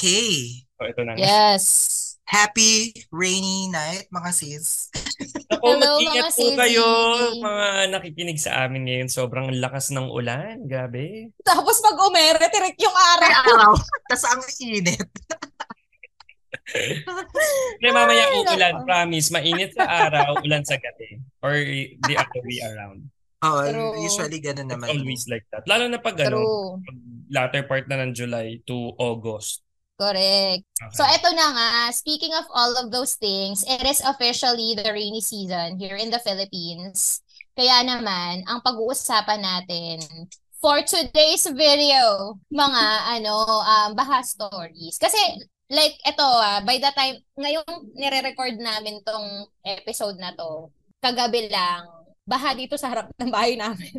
Okay. So, ito na nga. Yes. Happy rainy night, mga sis. Ako, Hello, mag-ingat mga po kayo, sisi. mga nakikinig sa amin ngayon. Sobrang lakas ng ulan. Grabe. Tapos pag umere, tirek yung May araw. araw. Tapos ang init. Hindi, mamaya Ay, uulan. nako. Promise. Mainit sa araw, ulan sa gabi. Or the other way around. Oh, True. usually ganun It's naman. always like that. Lalo na pag, ano, True. pag latter part na ng July to August. Correct. Okay. So eto na nga, speaking of all of those things, it is officially the rainy season here in the Philippines. Kaya naman, ang pag-uusapan natin for today's video, mga ano, um, baha stories. Kasi like eto, ah, by the time ngayong nire-record namin tong episode na to, kagabi lang baha dito sa harap ng bahay namin.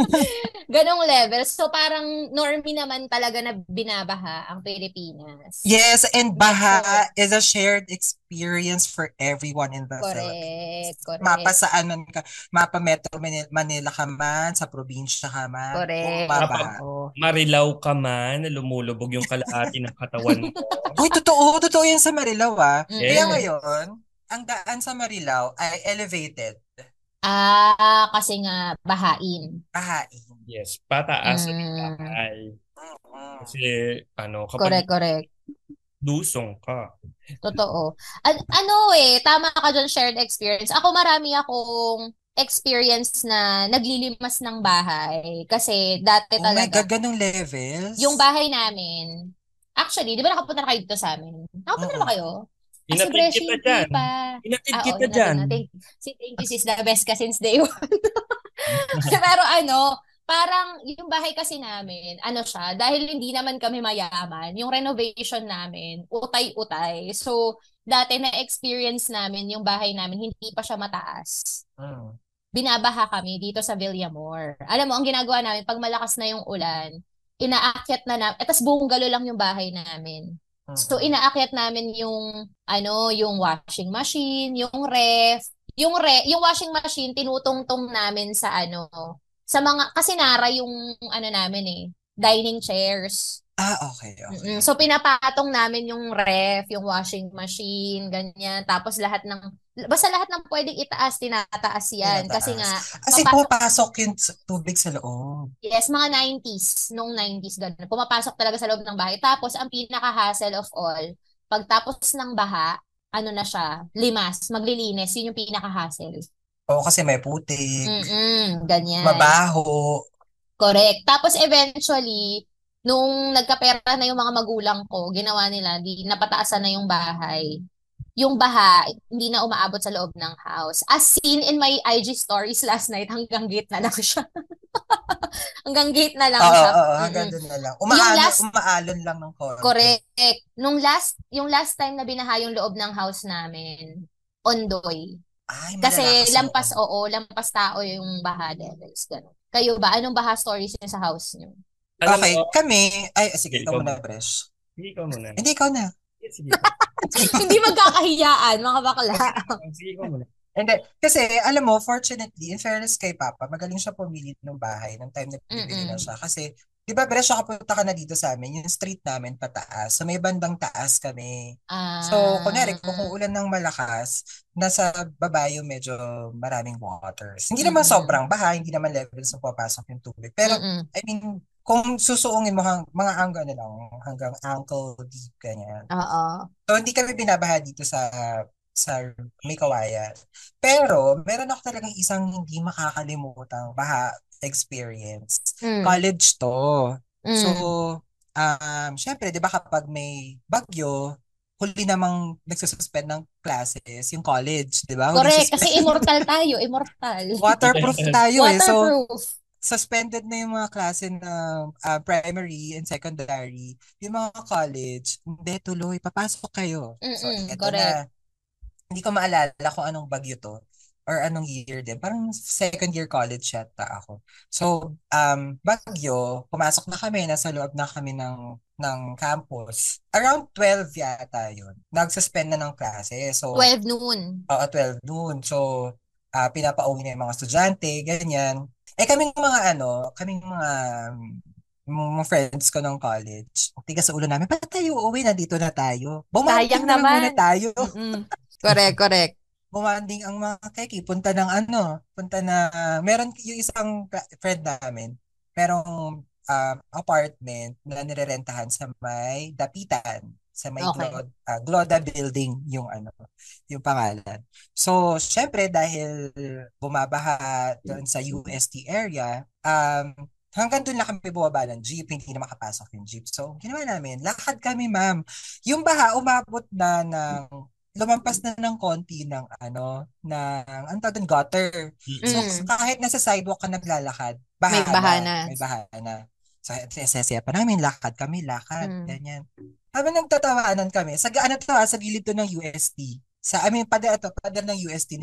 Ganong level. So parang normie naman talaga na binabaha ang Pilipinas. Yes, and baha is a shared experience for everyone in the Philippines. Correct, correct. Mapa saan man ka, mapa Metro Manila, Manila ka man, sa probinsya ka man. Correct. Babaha. Oo. Marilaw ka man, lumulubog yung kalahati ng katawan mo. Uy, totoo, totoo yan sa Marilao ah. Yes. Kaya ngayon, ang daan sa Marilao ay elevated, Ah, kasi nga, bahain. bahain. Yes, pataas at Mm. bahay. Kasi, ano, kapag Correct, correct. dusong ka. Totoo. An- ano eh, tama ka dyan, shared experience. Ako marami akong experience na naglilimas ng bahay. Kasi dati Oh my talaga, God, ganong levels? yung bahay namin, actually, di ba nakapunta na kayo dito sa amin? Nakapunta na ba Oo. kayo? Ah, si Inatid Breshi, kita hindi dyan. pa. Inatid Ah, oo, kita natin, dyan. natin. Si Thank You Sis the best ka since day one. Pero ano, parang yung bahay kasi namin, ano siya, dahil hindi naman kami mayaman, yung renovation namin, utay-utay. So, dati na-experience namin yung bahay namin, hindi pa siya mataas. Ah. Binabaha kami dito sa Villamor. Alam mo, ang ginagawa namin, pag malakas na yung ulan, inaakyat na eh, namin, etas bunggalo lang yung bahay namin. Mm. So inaakyat namin yung ano, yung washing machine, yung ref, yung re, yung washing machine tinutungtong namin sa ano, sa mga kasi nara yung ano namin eh, dining chairs. Ah, okay, okay. Mm-mm. So pinapatong namin yung ref, yung washing machine, ganyan. Tapos lahat ng basta lahat ng pwedeng itaas tinataas yan kasi Tinataas. nga Kasi papasok- pumapasok yung s- tubig sa loob. Yes, mga 90s, nung 90s ganun. Pumapasok talaga sa loob ng bahay. Tapos ang pinaka-hassle of all, pagtapos ng baha, ano na siya, limas, maglilinis, yun yung pinaka-hassle. Oo, kasi may putik, Mm-mm, ganyan. mabaho. Correct. Tapos eventually, nung nagkapera na yung mga magulang ko, ginawa nila, di, napataasan na yung bahay. Yung baha, hindi na umaabot sa loob ng house. As seen in my IG stories last night, hanggang gate na lang siya. hanggang gate na lang Oo, siya. oo, oo, Mm-mm. hanggang doon na lang. Umaalon, last- umaalon lang ng konti. Correct. Nung last, yung last time na binaha yung loob ng house namin, Ondoy. Ay, Kasi malalakas lampas, loob. oo, lampas tao yung baha levels. Ganun. Kayo ba? Anong baha stories niyo sa house niyo? Alam Okay, mo, kami, ay, sige, Sige, ikaw ikaw muna, muna. Bresh. sige ko muna. Hindi, ikaw na. Sige ko. Hindi magkakahiyaan, mga bakla. Sige ko muna. Hindi, kasi alam mo, fortunately, in fairness kay Papa, magaling siya pumili ng bahay ng time na bibili na Mm-mm. siya. Kasi, di ba, Bresh, nakapunta ka na dito sa amin, yung street namin pataas. So, may bandang taas kami. Ah, So, kunyari, kung uulan ng malakas, nasa baba yung medyo maraming waters. Hindi naman Mm-mm. sobrang baha, hindi naman levels na papasok yung tubig. Pero, mm-mm. I mean, kung susuungin mo hang, mga hanggang ano lang, hanggang ankle deep, ganyan. Oo. So, hindi kami binabaha dito sa sa may kawayan. Pero, meron ako talagang isang hindi makakalimutang baha experience. Mm, College to. mm. So, um, syempre, di ba kapag may bagyo, huli namang nagsususpend ng classes, yung college, di ba? Huling Correct. suspend- Kasi immortal tayo, immortal. Waterproof tayo eh. So, Waterproof. suspended na yung mga klase na ah, primary and secondary, yung mga college, hindi tuloy, papasok kayo. So, Mm-mm, eto na. correct. Hindi ko maalala kung anong bagyo to or anong year din. Parang second year college yata ako. So, um, bagyo, pumasok na kami, nasa loob na kami ng ng campus. Around 12 yata yun. Nag-suspend na ng klase. So, 12 noon. Oo, 12 Ah, noon. So, ah pinapauwi na yung mga estudyante, ganyan. Eh, kaming mga ano, kaming mga um, mga friends ko ng college, tigas sa ulo namin, ba't tayo uuwi na dito na tayo? Bumanding Sayang na lang naman. muna tayo. Mm-mm. Correct, correct. Bumanding ang mga keki. Punta ng ano, punta na, meron yung isang ka- friend namin, merong um, apartment na nirerentahan sa may Dapitan sa may Okay. Glod- ah, Gloda Building yung ano yung pangalan. So, syempre dahil bumabaha doon sa UST area, um, hanggang doon lang kami bumaba ng jeep, hindi na makapasok yung jeep. So, ginawa namin, lakad kami ma'am. Yung baha umabot na ng lumampas na ng konti ng ano, ng, ang tawag doon, gutter. So, Mm. kahit nasa sidewalk ka naglalakad, baha May baha na. na. May baha na. So, sesya pa namin, lakad kami, lakad, Mm. ganyan. Habang nagtatawanan kami, sa ano to, ah, sa gilid to ng UST. Sa, I mean, pader, ito, pader ng UST,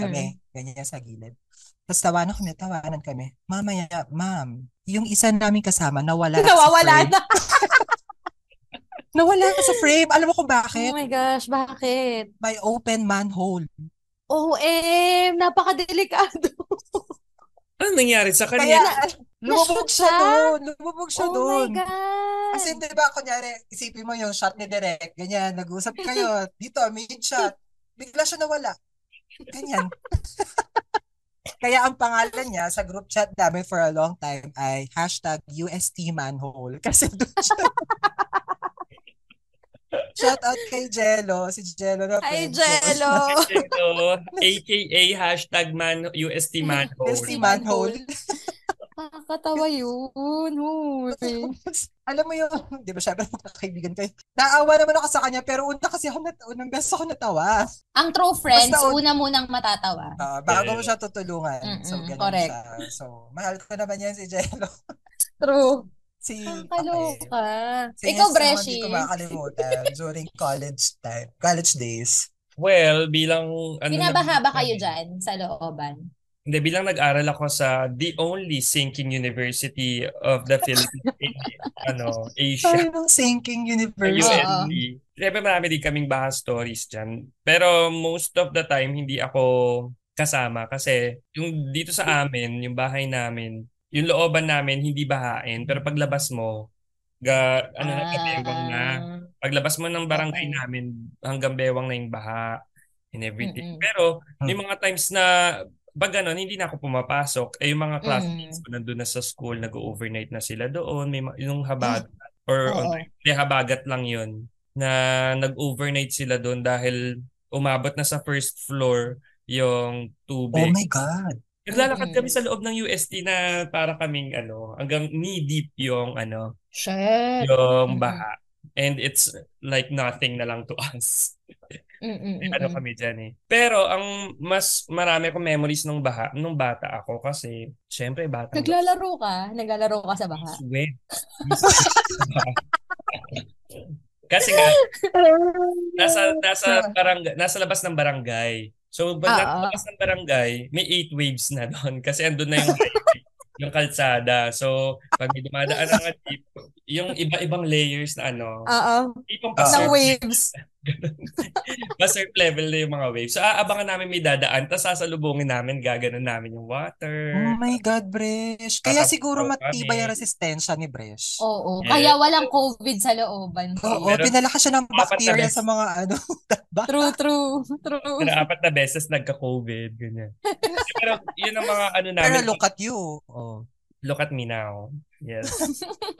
Mm. kami, ganyan sa gilid. Tapos tawanan kami, tawanan kami. Mamaya, ma'am, yung isa namin kasama, nawala sa Nawawala frame. na. Nawala sa frame. Alam mo kung bakit? Oh my gosh, bakit? May open manhole. OM, napakadelikado. Ano nangyari sa Kaya, kanya? lumubog siya siya? doon. Lumubog siya oh doon. my God. Kasi di ba, kunyari, isipin mo yung shot ni Derek, ganyan, nag-uusap kayo, dito, mid-shot, bigla siya nawala. Ganyan. Kaya ang pangalan niya sa group chat namin for a long time ay hashtag UST manhole. Kasi doon siya. Shout out kay Jello. Si Jello na Ay, friend ko. Jello. oh. Ito, AKA hashtag man, UST UST manhole. manhole. Nakakatawa yun. Hoy. Tapos, alam mo yung, di ba syempre magkakaibigan kayo. Naawa naman ako sa kanya pero una kasi ako, nat- unang beses ako natawa. Ang true friends, Basta- una munang matatawa. Ah, bago mo Yeah. siya tutulungan. So, Mm-mm, ganun correct. siya. So, mahal ko naman yan si Jello. True. Si, okay. Nakakaloka. Si Ikaw, Esther, Breshi. Hindi ko makakalimutan during college time, college days. Well, bilang... Ano, Binabaha ba kayo nag- dyan sa looban? Hindi, bilang nag-aral ako sa the only sinking university of the Philippines in, ano, Asia. Ay, nung sinking Ayun. universe. USD. Siyempre marami din kaming baha stories dyan. Pero most of the time, hindi ako kasama kasi yung dito sa amin, yung bahay namin, yung looban namin, hindi bahain. Pero paglabas mo, ga, ano na, bewang na. Mm. Ah. Paglabas mo ng barangay Okay. namin, hanggang bewang na yung baha and everything. Mm-mm. Pero Hmm. yung mga times na pag ganun, hindi na ako pumapasok. Eh, yung Mm. mga classmates ko nandun na sa school, nag-overnight na sila doon. May ma- yung habagat or Mm. Oo. on hindi, habagat lang yun. Na nag-overnight sila doon dahil umabot na sa first floor yung Oh tubig. my God. Naglalakad Mm-mm. kami sa loob ng UST na para kaming ano, hanggang knee-deep yung ano, Shit. Mm-hmm. yung Mm-mm. baha. And it's like nothing na lang to us. Mm, Mm-mm, May ano Mm-hmm. mm-mm. kami dyan eh. Pero ang mas marami akong memories nung baha, nung bata ako kasi syempre bata. Naglalaro ka? Naglalaro ka sa baha? Sweat. kasi nga, nasa nasa barangay, nasa labas ng barangay. So, pag Oo. Ah, nasa labas ng barangay, may eight waves na doon kasi andun na yung highway, yung kalsada. So, pag may dumadaan ng jeep, yung iba-ibang layers na ano, Oo. tipong Ah. Ng pa-surf, waves. pa-surf level na yung mga waves. So, aabangan namin may dadaan, tapos sasalubungin namin, gaganon namin yung water. Oh my God, Bresh. Kaya Tatapaw siguro kami. matibay ang resistensya ni Bresh. Oo. Eh. Kaya walang COVID sa looban. Oo, Meron- pinalakas siya ng Apat na bacteria beses. sa mga ano. ba? True, true, true. Pero apat na beses nagka-COVID, ganyan. Pero yun ang mga ano Pero namin. look at you. Oh. Look at me now. Yes.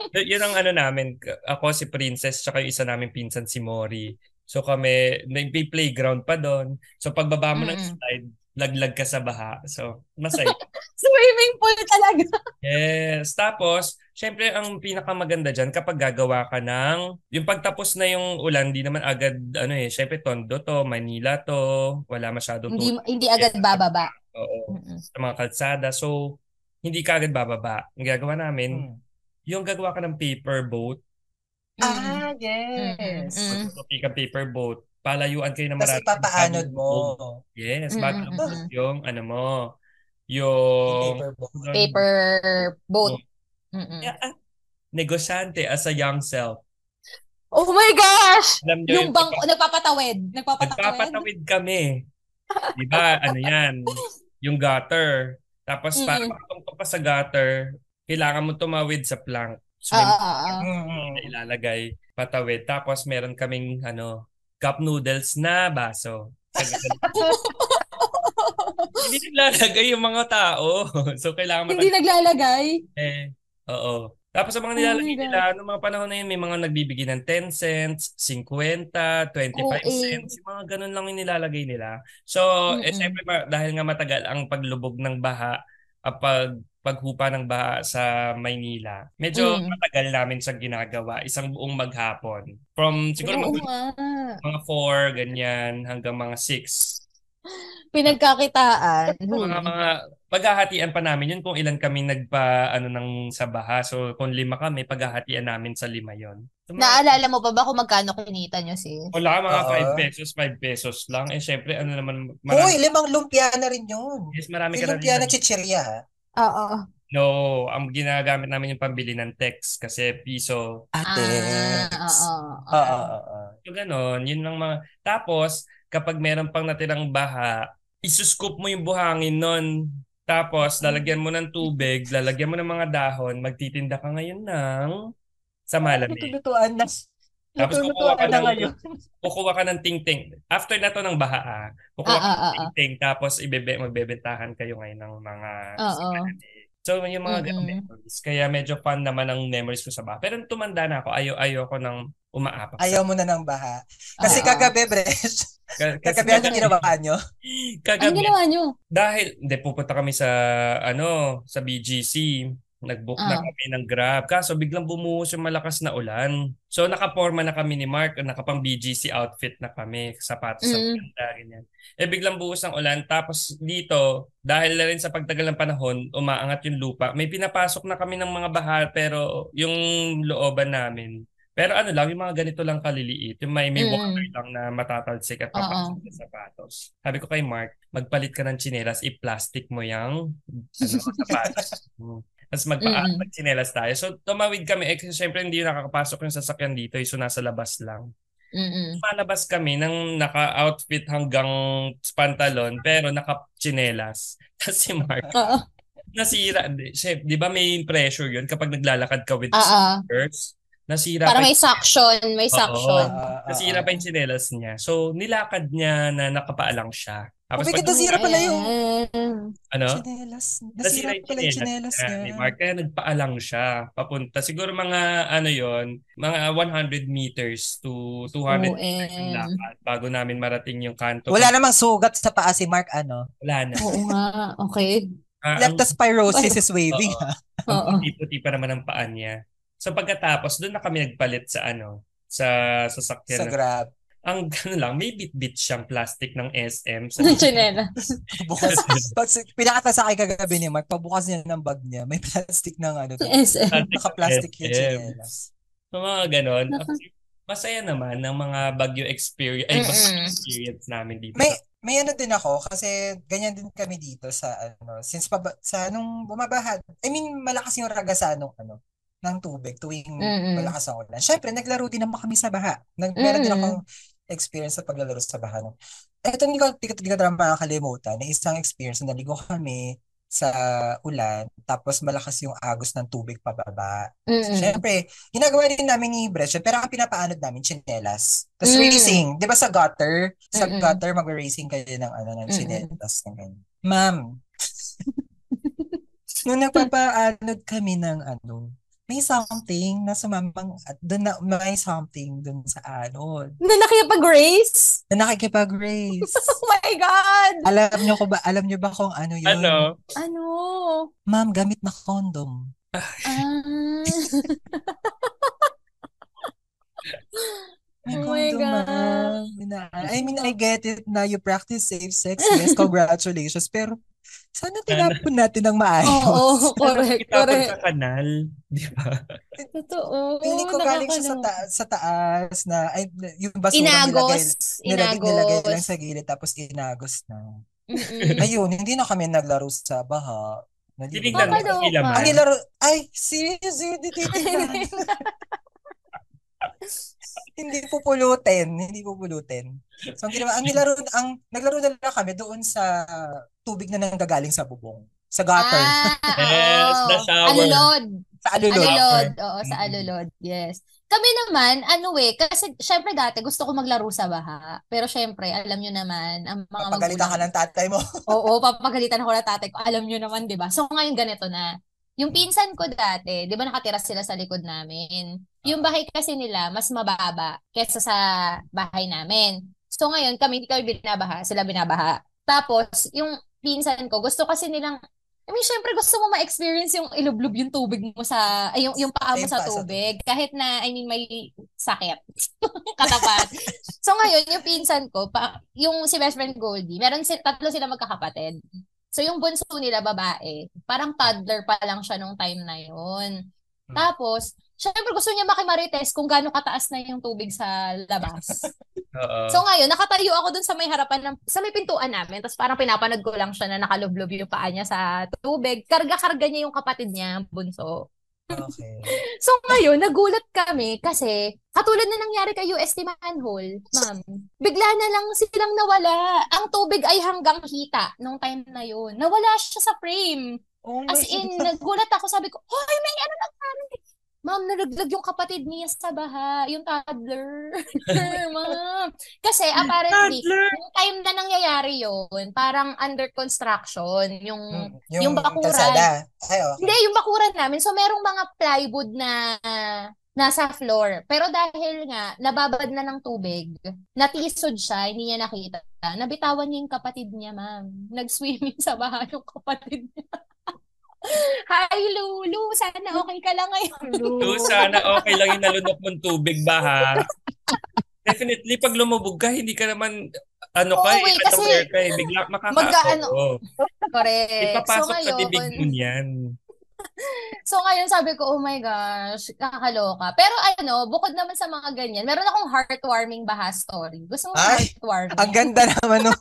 Y- yun ang ano namin. K- Ako si Princess, tsaka yung isa namin pinsan si Mori. So kami, nag-playground pa doon. So pagbaba mo ng Mm-mm. slide, laglag ka sa baha. So, masaya. Swimming pool talaga. Yes. Tapos, syempre, ang pinakamaganda dyan, kapag gagawa ka ng, yung pagtapos na yung ulan, di naman agad, ano eh, syempre, Tondo to, Manila to, wala masyadong Hindi, tubig. hindi agad bababa. Oo. Mm-mm. sa mga kalsada. So, hindi ka agad bababa. Ang gagawa namin, Mm. yung gagawa ka ng paper boat, Ah, yes. Mm. magtutupi ka paper boat, palayuan kayo ng Tapos marami. ipapaanod mo. Yes, Mm, bago mm, mo mm. yung ano mo, Yung yung paper boat. Paper boat. Mm-mm. Yeah, ah, negosyante as a young self. Oh my gosh! Alam nyo Yung bangko, nagpapatawid. Nagpapatawid. Nagpapatawid kami. Di ba? Ano yan? Yung gutter. Tapos para Mm. makatungkol ka pa sa gutter, kailangan mo tumawid sa plank. So, Oo, oo, may Ah, oo. Mm. na ilalagay patawid. Tapos meron kaming ano, cup noodles na baso. Hindi nilalagay yung mga tao. So kailangan Hindi matag- naglalagay. eh, oo. Tapos ang mga Oh nilalagay my God. nila, noong mga panahon na yun, may mga nagbibigay ng 10 cents, 50, 25 Oo, eh. cents. Yung mga ganun lang yung nilalagay nila. So, eh, Mm-mm. syempre, ma- dahil nga matagal ang paglubog ng baha, ang pag paghupa ng baha sa Maynila. Medyo Mm. matagal namin sa ginagawa, isang buong maghapon. From siguro Oo mag- nga. mga 4 ganyan hanggang mga 6. Pinagkakitaan. Hmm. Mga mga paghahatian pa namin yun kung ilan kami nagpa ano ng sa baha. So kung lima kami, paghahatian namin sa lima yon. So, mga- Naalala mo pa ba kung magkano kinita nyo sis? wala mga Oo. 5 pesos, 5 pesos lang. Eh syempre ano naman Uy, marami, limang lumpia na rin yun. yes, marami ka Yung na lumpia rin. na chichirya. ha? Oo. No, ang ginagamit namin yung pambili ng text kasi piso. Ate. Ah, oo. Oo, oo, oo. So ganon, yun lang mga. Tapos kapag meron pang natirang baha, isuscoop mo yung buhangin nun. Tapos lalagyan mo ng tubig, lalagyan mo ng mga dahon, magtitinda ka ngayon ng sa malamig. Lutuan na. Tapos Lutuan kukuha ka na ng- ano. ngayon. kukuha ka ng ting-ting. After na to ng baha, ah, kukuha Oo, ka oo, ng ting-ting, tapos ibebe, magbebentahan kayo ngayon ng mga... oo. So, yun yung mga ganung Mm-mm. memories. Kaya medyo fun naman ang memories ko sa baha. Pero nung tumanda na ako, ayaw, ayaw ko ng umaapak Ayaw mo na ng baha. Kasi Oo. kagabi, Bresh. sa... Ka- kasi Kagabi, ano kagabi- ginawa nyo? Ano kagabi- ginawa nyo? dahil, hindi, pupunta kami sa, ano, sa BGC. Nag-book na Ah. kami ng Grab. Kaso biglang bumuhos yung malakas na ulan. So nakaporma na kami ni Mark, nakapang BGC outfit na kami, sapatos sa Mm. maganda, ganyan. Eh biglang buhos ng ulan. Tapos dito, dahil na rin sa pagtagal ng panahon, umaangat yung lupa. May pinapasok na kami ng mga baha, pero yung looban namin. Pero ano lang, yung mga ganito lang kaliliit. Yung may, may Mm. water lang na matatalsik at papasok sa sapatos. Sabi ko kay Mark, magpalit ka ng tsinelas, i-plastic mo yung ano, sapatos. Mm. Tapos magpa- Mm-mm. magtsinelas tayo. So tumawid kami. Eh, kasi syempre hindi nakakapasok yung sasakyan dito. eh, So nasa labas lang. Mm-mm. Malabas kami ng naka-outfit hanggang pantalon pero naka-tsinelas. Tapos si Mark, Oo. nasira. Di- Chef, di ba may pressure yun kapag naglalakad ka with Ah, Oo. sneakers? Nasira Parang pa, may suction, may Oo. suction. Oo, oo, nasira pa yung tsinelas niya. So nilakad niya na nakapaalang siya. Tapos Ubi, pag, ganda Nasira pala yung- Ayan. ano? Chinelas. Nasira yung pala yung tsinelas chinelas niya, ni niya. Mark. Kaya nagpaalang siya papunta. Siguro mga ano yon mga 100 meters to 200 Oh, meters yung OM. lakad bago namin marating yung kanto. Wala namang sugat sa paa si Mark, ano? Wala na. Oo nga. Okay. Ah, ang- Leptospirosis is waving, Oo. ha? Oo. Oh. ang puti-puti pa naman ang paa niya. So pagkatapos, doon na kami nagpalit sa ano, sa sasakyan. Sa na- grab. ang ano lang, may bit-bit siyang plastic ng SM. Sa Chinela. Bukas. Pag pinakata sa akin kagabi ni Mark, pabukas niya ng bag niya, may plastic ng ano. SM. plastic ng Naka-plastic yung SM. chinelas. So mga ganon. Masaya naman ng mga Baguio experience, ay, Baguio Mm-mm. experience namin dito. May may ano din ako kasi ganyan din kami dito sa ano since pa sa nung bumabaha I mean malakas yung ragasa nung ano ng tubig tuwing Mm-mm. malakas ang ulan. Syempre naglaro din naman kami sa baha. Nag, meron din Mm-mm. akong experience sa paglalaro sa baha. No? Ito hindi ko hindi ko hindi ko talaga makakalimutan na isang experience na naligo kami sa ulan tapos malakas yung agos ng tubig pababa. Mm-mm. Siyempre, ginagawa din namin ni Brescia, pero ang pinapaanod namin, chinelas. Tapos Mm. racing, di ba sa gutter? Sa Mm-mm. gutter, mag-racing kayo ng, ano, ng Mm-mm. chinelas. ng ganyan. Ma'am, nung nagpapaanod kami ng ano, may something na sumamang, at doon na, may something doon sa anod. Na nakipag-race? Na nakikipag-race. Oh my God! alam niyo ko ba, alam niyo ba kung ano yun? Ano? Ano? Ma'am, gamit na condom. Ah. May Oh my condom, God. ma'am. Mina- I mean, I get it na you practice safe sex. Yes, congratulations. Pero sana tinapon natin ng maayos. Ah, Oo, correct, Itapon correct. sa kanal, di ba? Totoo. Feeling ko galing siya sa, nakakalimutan. ta- sa taas na ay, yung basura nilagay, Inagos. nilagay, nilagay lang Inagos. sa gilid tapos inagos na. Mm-mm. Ayun, hindi na kami naglaro sa baha. Naligo Tinignan na. mo Kakaloka. kung ilang Ang man. nilaro, ay, serious, hindi titignan. hindi pupulutin, hindi pupulutin. So ang ginawa, ang nilaro, ang naglaro na lang kami doon sa tubig na nanggagaling sa bubong. Sa gutter. Ah, Yes, oo. the shower. Alulod. sa alulod. Alulod. Oo, sa Mm. alulod. Yes. Kami naman, ano eh, kasi syempre dati gusto ko maglaro sa baha. Pero syempre, alam nyo naman, ang mga Papagalitan ka Ah, magulang- ng tatay mo. Oo, papagalitan ako ng tatay ko. Alam nyo naman, di ba? So ngayon ganito na. Yung pinsan ko dati, di ba nakatira sila sa likod namin? Yung bahay kasi nila, mas mababa kesa sa bahay namin. So ngayon, kami hindi kami binabaha, sila binabaha. Tapos, yung pinsan ko, gusto kasi nilang, I mean, syempre gusto mo ma-experience yung ilublub yung tubig mo sa, ay, yung, yung paa mo Ayun sa pa, sa tubig. Kahit na, I mean, may sakit. Katapat. so ngayon, yung pinsan ko, pa, yung si best friend Goldie, meron si, tatlo sila magkakapatid. So yung bunso nila, babae, parang toddler pa lang siya nung time na yun. Hmm. Tapos, syempre gusto niya makimarites kung gaano kataas na yung tubig sa labas. Oo. So ngayon, nakatayo ako dun sa may harapan ng sa may pintuan namin. Tapos parang pinapanood ko lang siya na nakalublob yung paa niya sa tubig. Karga-karga niya yung kapatid niya, bunso. Okay. So ngayon, nagulat kami kasi katulad na nangyari kay UST Manhole, ma'am. Bigla na lang silang nawala. Ang tubig ay hanggang hita nung time na yun. Nawala siya sa frame. Oh my As in, nagulat ako. Sabi ko, hoy, may ano nangyari? Ma'am, nalaglag yung kapatid niya sa baha. Yung toddler. ma'am. Kasi apparently, Toddler! yung time na nangyayari yun, parang under construction. Yung, Mm, yung bakuran. kalsada. Ay, oh. hindi, yung bakuran namin. So, merong mga plywood na nasa floor. Pero dahil nga, nababad na ng tubig, natisod siya, hindi niya nakita. Nabitawan niya yung kapatid niya, ma'am. Nag-swimming sa bahay yung kapatid niya. Hi, Lulu. Sana okay ka lang ngayon. Lou, sana okay lang yung nalunok mong tubig ba ha? Definitely, pag lumubog ka, hindi ka naman, ano ka, Oo, oh, wait, kasi ano, eh, aware ka, eh. bigla makakaso. magkaano- Oo. Correct. Ipapasok sa bibig mo niyan. So ngayon sabi ko, oh my gosh, kakaloka. Pero ano, bukod naman sa mga ganyan, meron akong heartwarming baha story. Gusto mo ng Ay, heartwarming? Ang ganda naman no.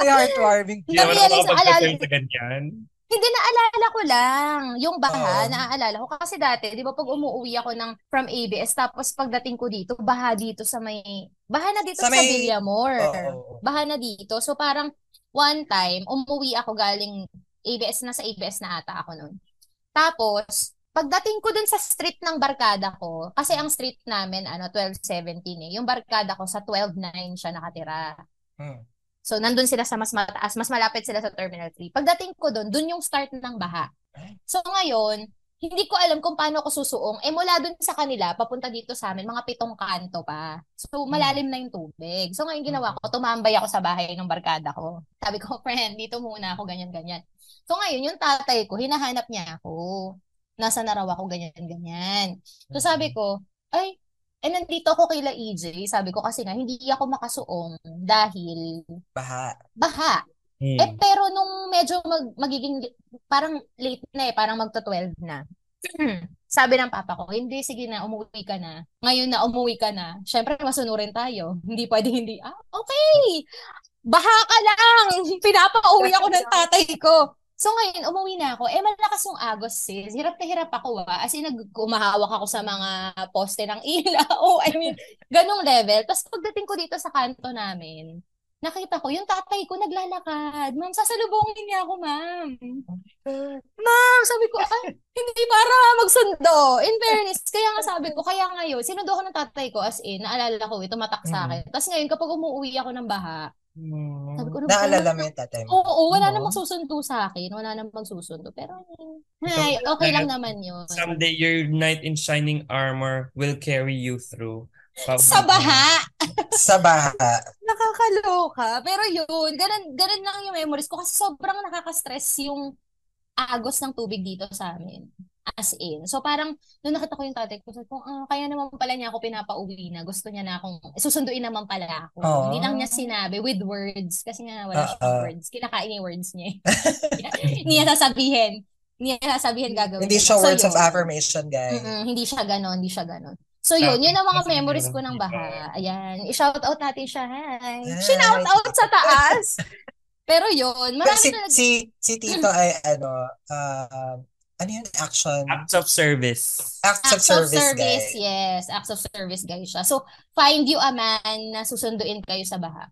May heartwarming. Hindi naman ako Narealize- makapag-defend alala- sa ganyan. Hindi, naalala ko lang. Yung baha, Oo. naaalala ko. Kasi dati, di ba pag umuwi ako ng, from ABS, tapos pagdating ko dito, baha dito sa may, baha na dito Sa sa, may- Villamor. Oo. Baha na dito. So parang one time, umuwi ako galing ABS na sa ABS na ata ako noon. Tapos, pagdating ko dun sa street ng barkada ko, kasi ang street namin, ano, 1217 eh. Yung barkada ko sa 129 siya nakatira. Mm. So, nandun sila sa mas mataas, mas malapit sila sa Terminal 3. Pagdating ko doon, doon yung start ng baha. So, ngayon, hindi ko alam kung paano ako susuong. Eh, mula doon sa kanila, papunta dito sa amin, mga pitong kanto pa. So, malalim na yung tubig. So, ngayon ginawa ko, tumambay ako sa bahay ng barkada ko. Sabi ko, friend, dito muna ako, ganyan, ganyan. So, ngayon, yung tatay ko, hinahanap niya ako. Nasa naraw ako, ganyan, ganyan. So, sabi ko, ay, eh, nandito ako kay La EJ. Sabi ko kasi nga, hindi ako makasuong dahil Baha. baha. Hmm. Eh, pero nung medyo mag, magiging, parang late na eh, parang magto-12 na. Sabi ng papa ko, hindi, sige na, umuwi ka na. Ngayon na, umuwi ka na. Siyempre, masunurin tayo. Hindi pwede, hindi. Ah, okay! Baha ka lang! Pinapauwi ako ng tatay ko. So ngayon, umuwi na ako. Eh, malakas yung agos, sis. Hirap na hirap ako, ah. As in, nag- umahawak ako sa mga poste ng ilaw. I mean, ganong level. Tapos pagdating ko dito sa kanto namin, nakita ko, yung tatay ko naglalakad. Ma'am, sasalubungin niya ako, ma'am. Ma'am, sabi ko, ay, hindi para magsundo. In fairness, kaya nga sabi ko, kaya ngayon, sinundo ko ng tatay ko, as in, naalala ko, ito matak Mm. sa akin. Tapos ngayon, kapag umuwi ako ng baha, Hmm. sabi ko, ano ba? Naalala mo yung tatay mo. Oo, wala Oo. na magsusundo sa akin. Wala na magsusundo. Pero, Ikaw- ay, okay lang naman yun. Someday your knight in shining armor will carry you through. Sa baha! Sa baha. Nakakaloka. Pero yun, ganun, ganun lang yung memories ko kasi sobrang nakaka-stress yung agos ng tubig dito sa amin. As in. So parang, nung nakita ko yung tatay ko, sabi ko, ah, kaya naman pala niya ako pinapauwi na. Gusto niya na akong, susunduin naman pala ako. Aw. Hindi lang niya sinabi with words. Kasi nga wala siyang Ah, ah. words. Kinakain niya yung words niya. eh. Hindi niya sasabihin. Hindi niya sasabihin gagawin. Hindi siya So, words of yun. affirmation, guys. Mm-mm, hindi siya ganon, hindi siya ganon. So yun, yun ang mga Kasi memories meron ko ng dito. baha. Ayan, i-shout out natin siya. Hi. Hi. Shout out sa taas. Pero yun, Pero marami si, talaga. si, si Tito ay ano, um, ano yun? Action. Acts of service. Acts of service, guys. yes. Acts of service guy siya. So, find you a man na susunduin kayo sa baha.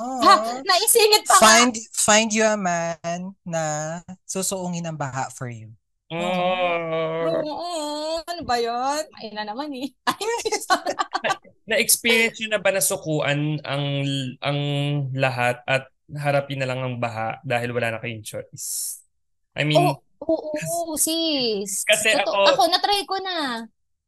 Oo. Ha, naisingit pa nga. Oh. Find find you a man na susuungin ang baha for you. Ah, Oh. Oo, ano ba yun? Ay na naman eh. Ay, Na-experience nyo na ba nasukuan ang ang lahat at harapin na lang ang baha dahil wala na kayong choice? I mean, Oo, oo, sis. Kasi Totoo- ako- na-try ko na.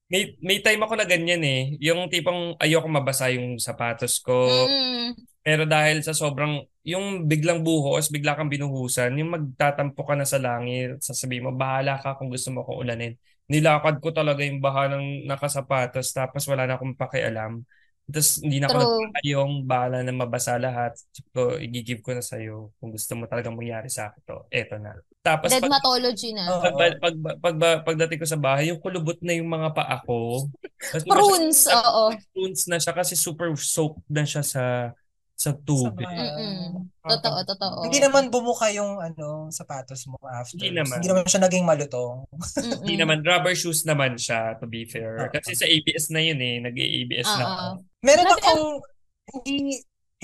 may, may time ako na ganyan eh. Yung tipong ayoko mabasa yung sapatos ko. Mm. Pero dahil sa sobrang, yung biglang buhos, bigla kang binuhusan, yung magtatampo ka na sa langit, sasabihin mo, bahala ka kung gusto mo kong ulanin. Nilakad ko talaga yung baha ng nakasapatos, tapos wala na akong pakialam. Tapos hindi na ako True. nagtaka yung bahala na mabasa lahat. So, i-give ko na sa'yo kung gusto mo talaga mangyari sa akin to. Eto na. Tapos Dead pag, matology na. Oo. pag, pag, pag, pag- pagdating ko sa bahay, yung kulubot na yung mga paa ko. Tapos Prunes, masyadong- oo. prunes na siya kasi super soaked na siya sa sa Sa tubig. baha. Mm-mm. Totoo, totoo. Hindi naman bumuka yung ano sapatos mo after. Hindi naman. Hindi naman siya naging malutong. Mm-mm. Hindi naman, rubber shoes naman siya, to be Oo. fair. Kasi sa ABS na yun eh, nag-ABS na Oo. ako. Meron Grabe, akong hindi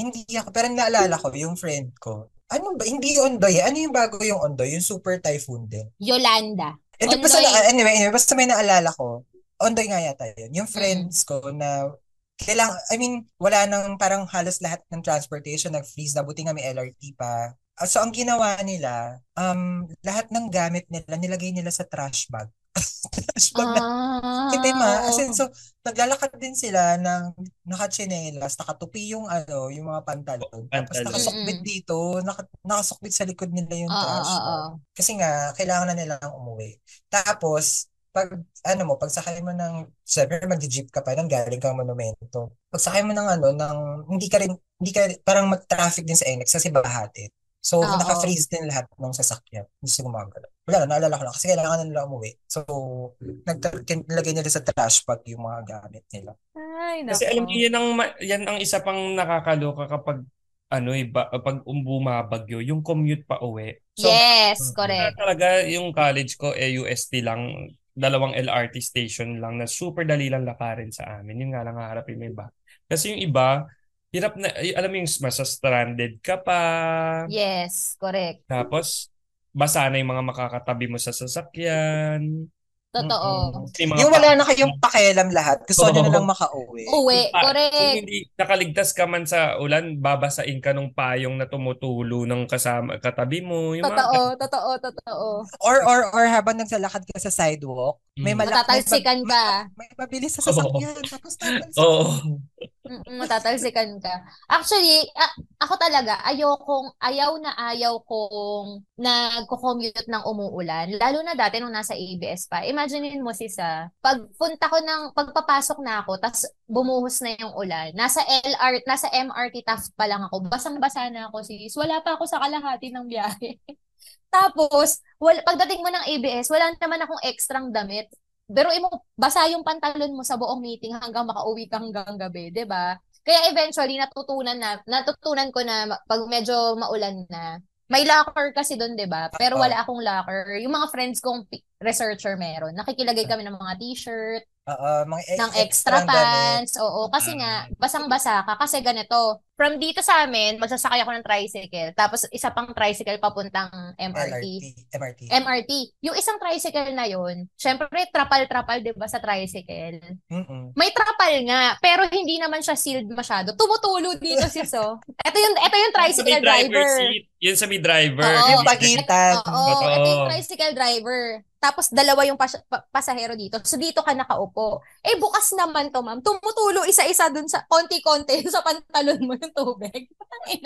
hindi ako pero naalala ko yung friend ko. Ano ba hindi Ondoy? eh. Ano yung bago yung Ondoy? Yung super typhoon din. Yolanda. Hindi basta Ondoy. na- anyway, anyway, basta may naalala ko. Ondoy nga yata yun. Yung friends ko na kailang I mean, wala nang parang halos lahat ng transportation nag-freeze na buti nga may LRT pa. Ah, So ang ginawa nila, um lahat ng gamit nila nilagay nila sa trash bag. trash bag na Ah. Hindi ma, as in, so, naglalakad din sila ng nakachinelas, nakatupi yung ano, yung mga pantalon. Tapos Pantalon. nakasukbit Mm-mm. dito, naka, nakasukbit sa likod nila yung Oo, trash. oo, oo. Kasi nga, kailangan na nilang umuwi. Tapos, pag, ano mo, pagsakay mo ng, syempre mag-jeep ka pa, nang galing kang monumento. Pagsakay mo ng ano, ng, hindi ka rin, hindi ka, parang mag-traffic din sa NX kasi bahatin. So, Oo. naka-freeze din lahat ng sasakyan. Hindi siya gumagalaw. Wala na, naalala ko lang. Kasi kailangan na nila umuwi. So, nagta- kin- nilagay nila sa trash bag yung mga gamit nila. Ay, Kasi nako. alam niyo, yan ang, ma- yan ang isa pang nakakaloka kapag ano eh, ba, pag um- bumabagyo, yung commute pa uwi. So, yes, Mm-mm. na correct. talaga yung college ko, AUST lang, dalawang LRT station lang na super dali lang lakarin sa amin. Yun nga lang haharapin mo iba. Kasi yung iba, hirap na, eh, alam mo yung masa-stranded ka pa, Yes, correct. tapos basa na yung mga makakatabi mo sa sasakyan. Totoo. Yung mga Yung wala pa- na kayong pakialam lahat. Gusto nyo na lang makauwi. Uwi, pa- Kung correct. hindi nakaligtas ka man sa ulan, babasain ka ng payong na tumutulo ng kasama katabi mo. Yung Totoo, mga, totoo, totoo. Or, or, or habang nagsalakad ka sa sidewalk, may Mm. malak- may Matatalsikan bag- ka. May mabilis sa sasakyan. Tapos tatansi. Oo. Mm, matatalsikan ka. Actually, a- ako talaga, ayokong, ayaw na ayaw kong nagko-commute ng umuulan. Lalo na dati nung nasa ABS pa. Imaginein mo sis ah, pagpunta ko ng, pagpapasok na ako, tas bumuhos na yung ulan. Nasa LR, nasa MRT Taft pa lang ako. Basang-basa na ako sis. Wala pa ako sa kalahati ng biyahe. Tapos, wal, pagdating mo ng ABS, wala naman akong extrang damit. Pero imo basa yung pantalon mo sa buong meeting hanggang makauwi ka hanggang gabi, 'di ba? Kaya eventually natutunan na natutunan ko na ma- pag medyo maulan na. May locker kasi doon, 'di ba? Pero Oo. wala akong locker. Yung mga friends kong pi- researcher meron. Nakikilagay kami ng mga t-shirt, Oo, mga e- ng extra extrang damit. pants. Oo, kasi nga, basang-basa ka. Kasi ganito, from dito sa amin, magsasakay ako ng tricycle. Tapos isa pang tricycle papuntang MRT. LRT. MRT. MRT. Yung isang tricycle na yun, syempre trapal-trapal, di ba, sa tricycle. Mm-mm. May trapal nga, pero hindi naman siya sealed masyado. Tumutulo dito si So. Ito yung, ito yung Sa may tricycle driver driver. seat. Yun sa may driver. Oo. Yung pagitan. Oo, ito yung Totoo. tricycle driver. Tapos dalawa yung pas- pa- pasahero dito. So dito ka nakaupo. Eh bukas naman to, ma'am. Tumutulo isa-isa dun sa konti-konti sa pantalon mo yung tubig.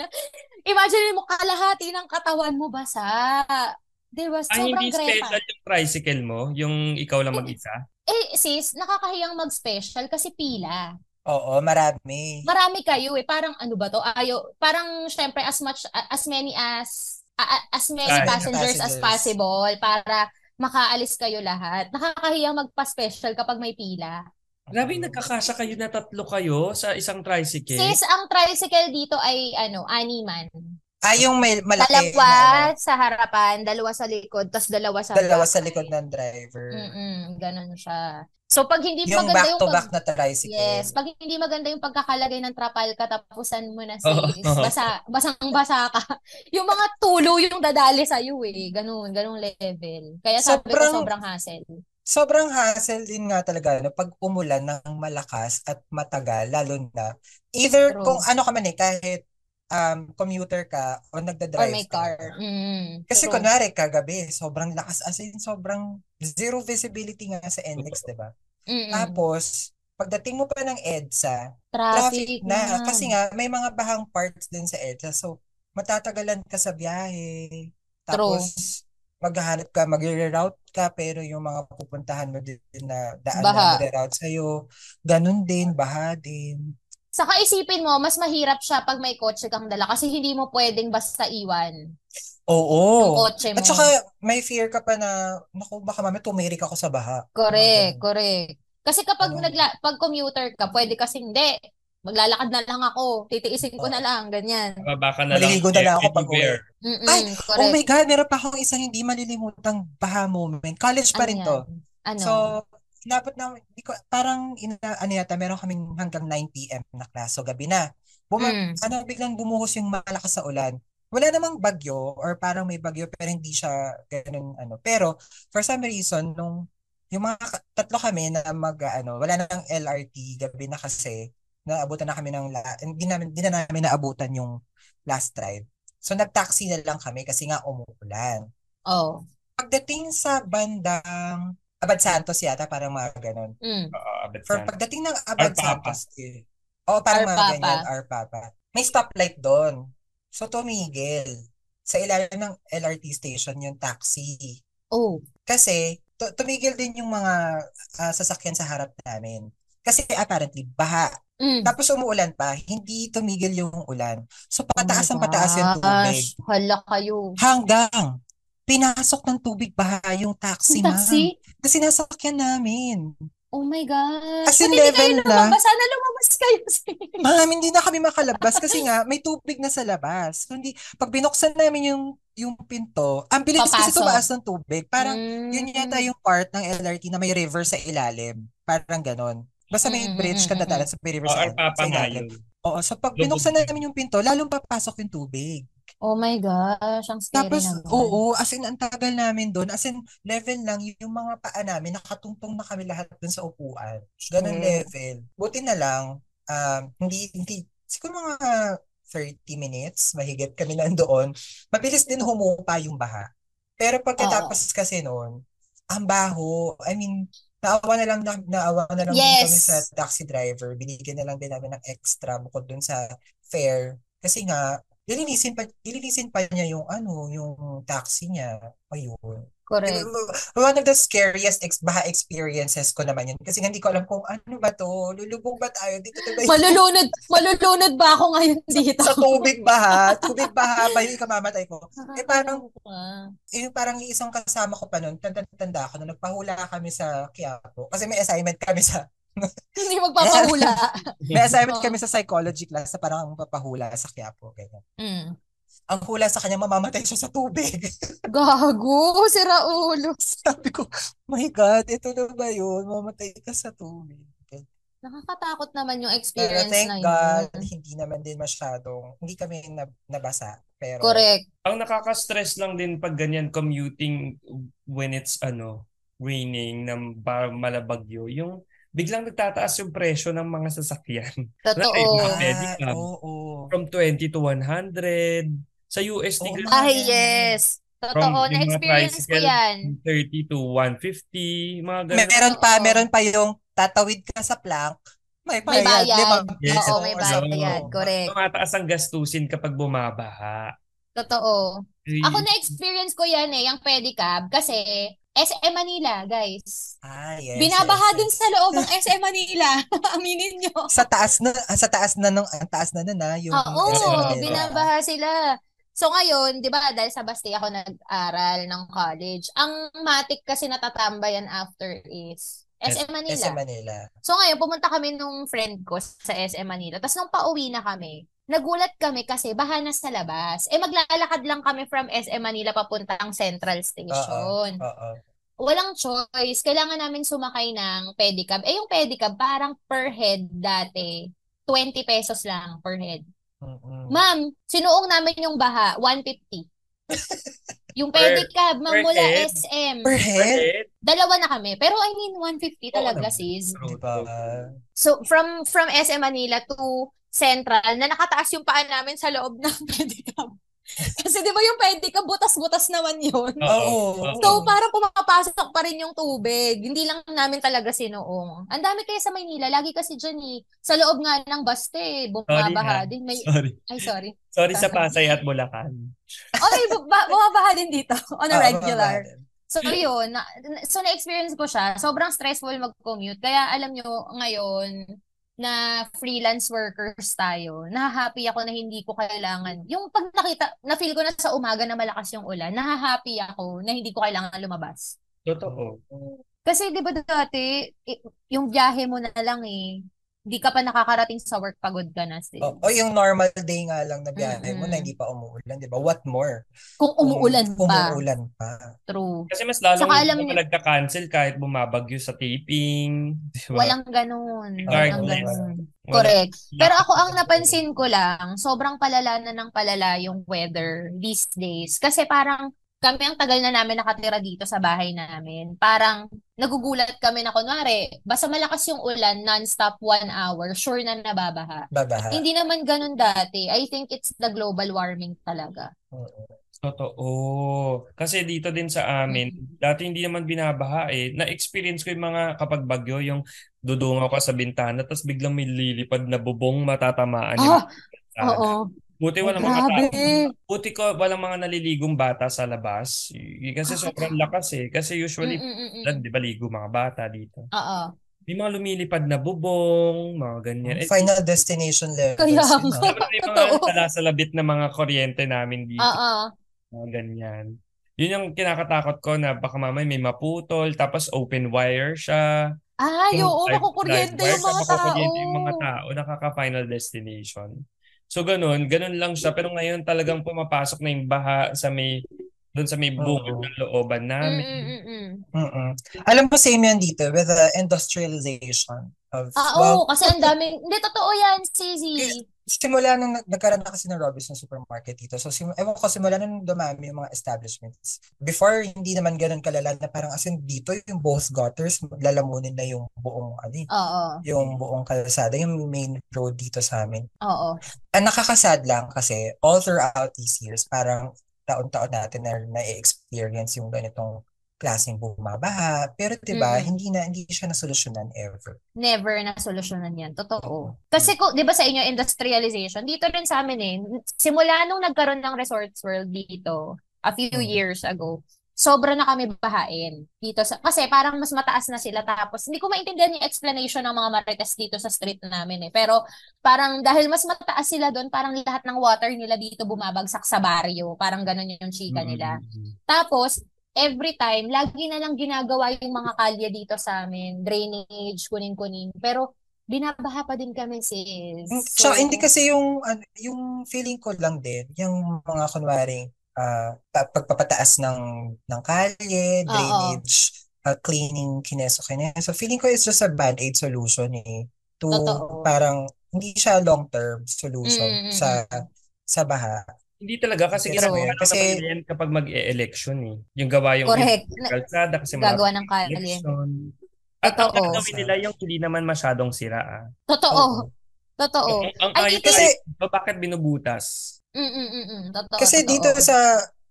Imagine mo kalahati ng katawan mo basa. Diba? Ah, Sobrang hindi grepa. special yung tricycle mo, yung ikaw lang mag-isa. Eh sis, nakakahiyang mag-special kasi pila. Oo, marami. Marami kayo eh. Parang ano ba to? Ayo, parang syempre as much as many as a- a- as many Ay, passengers, passengers. as possible para makaalis kayo lahat. Nakakahiyang magpa-special kapag may pila. Grabe, nagkakasya kayo na tatlo kayo sa isang tricycle. Sis, ang tricycle dito ay ano, animan. Ah, yung may malaki. Dalawa na, ano, sa harapan, dalawa sa likod, tapos dalawa sa dalawa back. sa likod ng driver. Mm-mm, ganun siya. So pag hindi Yung maganda yung pag- back-to-back na tricycle. Yes, pag hindi maganda yung pagkakalagay ng trapal, katapusan mo na sis. Oo. Basa, basang basa ka. Yung mga tulo yung dadali sa iyo eh. Ganun, ganung level. Kaya sabi Sobrang- ko sobrang hassle. Sobrang hassle din nga talaga no, pag umulan ng malakas at matagal, lalo na either True. kung ano ka man eh, kahit um, commuter ka o Or nagda-drive may ka. car. Mm, Kasi true. kunwari kagabi, sobrang lakas as in sobrang zero visibility nga sa NLEX, 'di ba? Mm-mm. Tapos pagdating mo pa ng EDSA, traffic traffic, na kasi nga may mga bahang parts din sa EDSA. So matatagalan ka sa biyahe. Tapos maghahanap ka, magre-route ka pero yung mga pupuntahan mo din na daan Baha. na magre-route sa'yo, ganun din, baha din. Saka isipin mo, mas mahirap siya pag may kotse kang dala kasi hindi mo pwedeng basta iwan yung Oo. kotse mo. At saka may fear ka pa na, naku, baka mamaya tumirik ako sa baha. Correct, Ganun. correct. Kasi kapag Ano? nagla pag commuter ka, pwede kasi hindi. Maglalakad na lang ako. Titiisin ko na lang, ganyan. Baka na lang. Maliligo na lang ako pag uwi. anywhere. Mm-mm, Ay, correct. Oh my God, meron pa akong isang hindi malilimutang baha moment. College pa Ano rin yan? to. Ano? So, dapat na, di ko, parang, ina, ano yata, meron kaming hanggang 9 p.m. na class. So, gabi na. Buma, Mm. ano, biglang bumuhos yung malakas sa ulan. Wala namang bagyo or parang may bagyo pero hindi siya ganun ano. Pero for some reason nung yung mga ka- tatlo kami na mag ano, wala nang LRT gabi na kasi naabutan na kami ng la, hindi namin hindi na namin naabutan yung last drive. So nagtaxi na lang kami kasi nga umuulan oh. pagdating sa bandang Abad Santos yata, parang mga ganun. Mm. Oo, ah, but For yan. pagdating ng Abad Arpapa. Santos, eh, oo, parang Arpapa. mga ganyan, Arpapa. May stoplight doon. So tumigil. Sa ilalim ng LRT station yung taxi. Oh. Kasi tu- tumigil din yung mga ah, sasakyan sa harap namin. Kasi apparently baha. Mm. Tapos umuulan pa, hindi tumigil yung ulan. So Oh my pataas ang pataas yung tubig. gosh. Hala kayo. Hanggang pinasok ng tubig baha yung taxi, Yung ma'am. taxi? Kasi nasakyan namin. Oh my God. As in Ba't hindi kayo level na. lumabas? Sana lumabas kayo. sis. Ma'am, hindi na kami makalabas kasi nga may tubig na sa labas. So, Hindi, pag binuksan namin yung yung pinto, ang bilis kasi Papasok. tumaas ng tubig. Parang yun Mm. yata yung part ng LRT na may river sa ilalim. Parang ganon. Basta may Mm, mm, bridge mm, ka mm, dadaanan sa may river Oo, sa, Arpapa sa nga ilalim. yun. Oo, so pag Lubog binuksan yun. namin yung pinto, lalong papasok yung tubig. Oh my gosh. Ang scary Tapos, naman. oo, as in, ang tagal namin doon. As in, level lang, y- yung mga paa namin, nakatungtong na kami lahat doon sa upuan. Ganun Mm. level. Buti na lang, um, hindi, hindi, siguro mga 30 minutes, mahigit kami nandoon. Mabilis din humupa yung baha. Pero pagkatapos kasi noon, ang baho, I mean, naawa na lang, na- naawa na lang din kami Yes. sa taxi driver. Binigyan na lang din namin ng extra bukod doon sa fare. Kasi nga, Ililisin pa, ililisin pa niya yung ano, yung taxi niya. Ayun. Correct. One of the scariest ex baha experiences ko naman yun. Kasi nga hindi ko alam kung ano ba to, lulubog ba tayo? Dito na ba yung- Malulunod, malulunod ba ako ngayon dito? sa tubig baha? Tubig baha ba yung ikamamatay ko? Eh parang, Ah. eh, parang yung isang kasama ko pa noon, tanda-tanda ako na nagpahula kami sa Quiapo. Kasi may assignment kami sa, Hindi magpapahula. may assignment Oo. kami sa psychology class na parang papahula sa Quiapo. Ganyan. mm. Ang hula sa kanya, mamamatay siya sa tubig. Gago, si Raulo. Sabi ko, my God, ito na ba yun? Mamatay ka sa tubig. Nakakatakot naman yung Pero experience thank na yun. God, hindi naman din masyadong, hindi kami nab- nabasa. Pero, Correct. Ang nakaka-stress lang din pag ganyan commuting when it's ano raining ng ba- malabagyo, yung biglang nagtataas yung presyo ng mga sasakyan. Totoo. Right. Ah, Pwede ka. oo. From 20 to 100. Sa USD, Oo nga. Ay, Ah, yes. Totoo. From yung mga Na-experience ko tricycle- yan. 30 to 150, mga May- ganun. Meron pa, Oo. meron pa yung tatawid ka sa plank, may May bayad, di ba? bayad. Yes. Oo, may Oo, sa- bayad. oo. Correct. Tumataas ang gastusin kapag bumabaha. Totoo. Kasi- Ako na-experience ko yan eh, yung pedicab. Kasi SM Manila, guys. Ah, yes, Binabaha yes, dun yes. sa loob ng SM Manila. Aminin nyo. Sa taas na, ah, sa taas na nung, ang taas na nun ah, yung Yes, Oo, Manila. binabaha sila. So ngayon, 'di ba, dahil sa Basti ako nag-aral ng college. Ang matik kasi natatambayan after is SM Yes, sa Manila. Manila. So ngayon pumunta kami nung friend ko sa SM Manila. Tapos nung pauwi na kami, nagulat kami kasi baha na sa labas. Eh maglalakad lang kami from SM Manila papuntang Central Ah, Station. Oo. Walang choice. Kailangan namin sumakay ng pedicab. Eh yung pedicab parang per head dati. 20 pesos lang per head. Hmm. Mm-mm. Ma'am, sinuong namin yung baha, 150. yung Per- pedicab, ma'am, per mula head? SM. Per head? Dalawa na kami. Pero I mean, 150 talaga, naman. sis. Di ba? So, from from SM Manila to Central, na nakataas yung paa namin sa loob ng pedicab. Kasi di ba yung pedicab, butas-butas naman yun. Oo. So, parang pumapasok pa rin yung tubig. Hindi lang namin talaga sinuong. Ang dami kaya sa Maynila. Lagi kasi dyan eh. Sa loob nga ng baste, ha. bumabaha din. May... Sorry. Ay, sorry. Sorry sa Pasay at Bulacan. Okay, bumabaha din dito. On a Oo, regular. mababa din. So yun, na, na- so na-experience ko siya. Sobrang stressful mag-commute. Kaya alam nyo, ngayon, na freelance workers tayo, nahahappy ako na hindi ko kailangan. Yung pag nakita, na-feel ko na sa umaga na malakas yung ulan, nahahappy ako na hindi ko kailangan lumabas. Totoo. Kasi di ba dati, i- yung biyahe mo na lang eh, hindi ka pa nakakarating sa work, pagod ka na still. O, o yung normal day nga lang na biyahe mo Mm-mm. na hindi pa umuulan, di ba? What more? Kung umuulan Kung pa, Umuulan pa. true. Kasi mas lalong Saka alam hindi niyo- ka nagka-cancel kahit bumabagyo sa taping. Di ba? Walang ganun. Walang Regardless. ganun. Wala. Correct. Pero ako ang napansin ko lang, sobrang palala na ng palala yung weather these days. Kasi parang kami ang tagal na namin nakatira dito sa bahay namin. Parang nagugulat kami na kunwari, basta malakas yung ulan, non-stop one hour, sure na nababaha. Babaha. Hindi naman ganun dati. I think it's the global warming talaga. Oo. Totoo. Kasi dito din sa amin, Mm. dati hindi naman binabaha eh. Na-experience ko yung mga kapag bagyo, yung dudungaw ka sa bintana, tapos biglang may lilipad na bubong matatamaan yung Ah, bintana. oo. Buti walang mga Grabe. tao. Buti ko walang mga naliligong bata sa labas. Y- Kasi Ah. sobrang lakas eh. Kasi usually, Mm-mm-mm. di ba ligo mga bata dito? Mm, Oo. May mga lumilipad na bubong, mga ganyan. Eh, Ah, Final destination levels. Kaya yun, nga. no? Alam mo na yung Totoo. Ah. mga salasalabit na mga kuryente namin dito. Oo. Mga ganyan. Yun yung kinakatakot ko na baka mamaya may maputol, tapos open wire siya. Ay, Yung oo, live- makukuryente live yung wire, mga makukuryente yung mga tao. tao, nakaka-final destination. So ganun, ganun lang siya. Pero ngayon talagang pumapasok na yung baha sa may, doon sa may bungad Oo. ng looban Mm, namin. Mm-mm-mm. Mm-mm. Alam mo, same yan dito with the industrialization of, Ah, well, oo, kasi ang daming, hindi totoo yan, Sisi. simula nung nag- nagkaroon na kasi ng Robinsons supermarket dito. So, sim ewan ko, simula nung dumami yung mga establishments. Before, hindi naman ganun kalala na parang as in dito, yung both gutters, lalamunin na yung buong, ano, eh, Oo, yung buong kalsada, yung main road dito sa amin. oo. Ang nakakasad lang kasi all throughout these years, parang taon-taon natin na na-experience yung ganitong klaseng bumabaha. Pero 'di ba, Mm. hindi na hindi siya nasolusyonan ever. Never na solusyonan yan. Totoo. Kasi, ko, di ba sa inyo, industrialization, dito rin sa amin eh, simula nung nagkaroon ng Resorts World dito, a few Mm. years ago, sobra na kami bahain dito sa kasi parang mas mataas na sila tapos hindi ko maintindihan yung explanation ng mga marites dito sa street namin eh pero parang dahil mas mataas sila doon parang lahat ng water nila dito bumabagsak sa baryo parang ganun yung chika Mm. nila Tapos, every time, lagi na lang ginagawa yung mga kalye dito sa amin. Drainage, kunin-kunin. Pero, binabaha pa din kami, sis. Mm, So, hindi kasi yung ano, yung feeling ko lang din, yung mga kunwaring ah, pa- pagpapataas ng ng kalye, Oo. drainage, ah, cleaning, kineso, kineso. Feeling ko it's just a band-aid solution eh. To Totoo. parang hindi siya long-term solution Mm, mm, sa sa baha. Hindi talaga kasi Yes, ginagawa sir. lang Kasi- naman nila yan kapag mag-e-election eh. Yung gawa yung Correct. Na- kalsada kasi mga Gagawa ng kalye. election. At ang Totoo. gagawin nila yung hindi naman masyadong sira ah. Oo. Totoo. Totoo. Mm, Ang, ang Ay, ayaw dito- kasi, bakit binubutas? Mm-mm-mm. Totoo. Kasi totoo. dito sa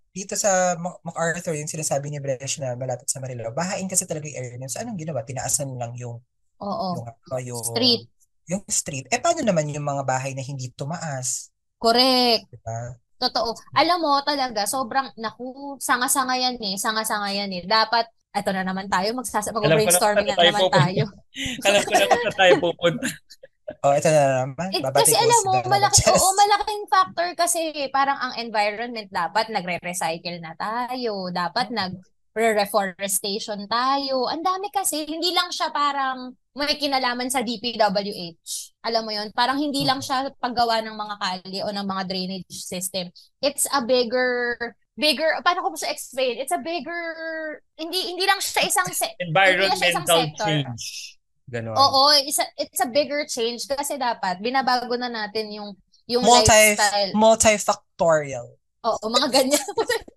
dito sa Mac- MacArthur, yung sinasabi ni Bresh na malapit sa Marilao, bahain kasi talaga yung area niya. So anong ginawa? Tinaasan lang yung Oo. yung, uh, yung Oh, Street. Yung street. Eh paano naman yung mga bahay na hindi tumaas? Correct. Di ba? Totoo. Alam mo talaga, sobrang, naku, sanga-sanga yan eh. Sanga-sanga yan eh. Dapat, eto na naman tayo, magsasa ko na mag-brainstorming na saan tayo naman pupunta. tayo. Alam ko na kung saan tayo pupunta. Oh, ito na naman. Eh, Babati kasi ko alam si mo, Donna malaki, Chess. oo, malaking factor kasi parang ang environment dapat nagre-recycle na tayo. Dapat nag reforestation tayo. Ang dami kasi, hindi lang siya parang may kinalaman sa DPWH. Alam mo yon parang hindi lang siya paggawa ng mga kali o ng mga drainage system. It's a bigger bigger paano ko ba sa explain? It's a bigger hindi hindi lang siya isang se- Hindi lang siya Environmental isang sector. change. Ganon. Oo, it's a, it's a bigger change kasi dapat binabago na natin yung yung Multi, lifestyle. multifactorial. Oo, mga ganyan.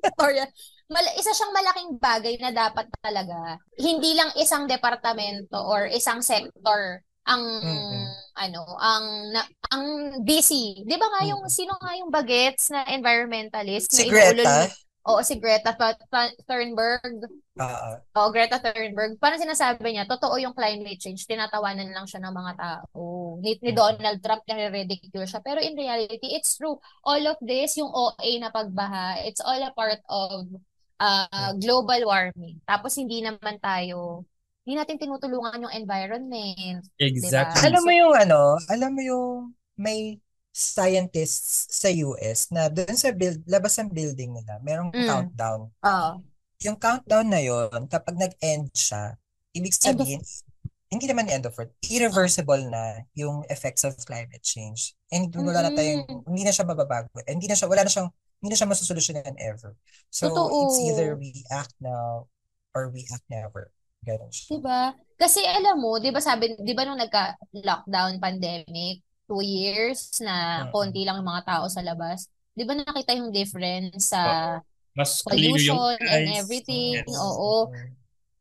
Victoria. Mal- isa siyang malaking bagay na dapat talaga. Hindi lang isang departamento or isang sector ang Mm-mm. ano, ang na, ang busy. 'Di ba nga yung sino nga yung bagets na environmentalist? Si na Greta. inuulo- Oo, si Greta Th- Th- Thunberg. Oo. Oo, Greta Thunberg. Parang sinasabi niya, totoo yung climate change. Tinatawanan lang siya ng mga tao. Ni, ni Donald Trump, nare-ridicule siya. Pero in reality, it's true. All of this, yung OA na pagbaha, it's all a part of uh, global warming. Tapos hindi naman tayo, hindi natin tinutulungan yung environment. Exactly. Alam mo yung ano, alam mo yung may scientists sa US na doon sa build, labas ng building nila, merong Mm. countdown. Oo. Yung countdown na yon kapag nag-end siya, ibig End of- sabihin, hindi naman end of earth, irreversible na yung effects of climate change. And wala na Mm-hmm. tayong, hindi na siya mababago. And hindi na siya, wala na siyang, hindi na siya masusolusyonan ever. So, it's Totoo. either we act now or we act never. Ganun siya. Diba? Kasi alam mo, 'di ba sabi, 'di ba nung nagka-lockdown pandemic, two years na Mm. konti lang yung mga tao sa labas, 'di ba nakita yung difference sa Mas clear yung pollution and eyes. everything? Yes. Oo.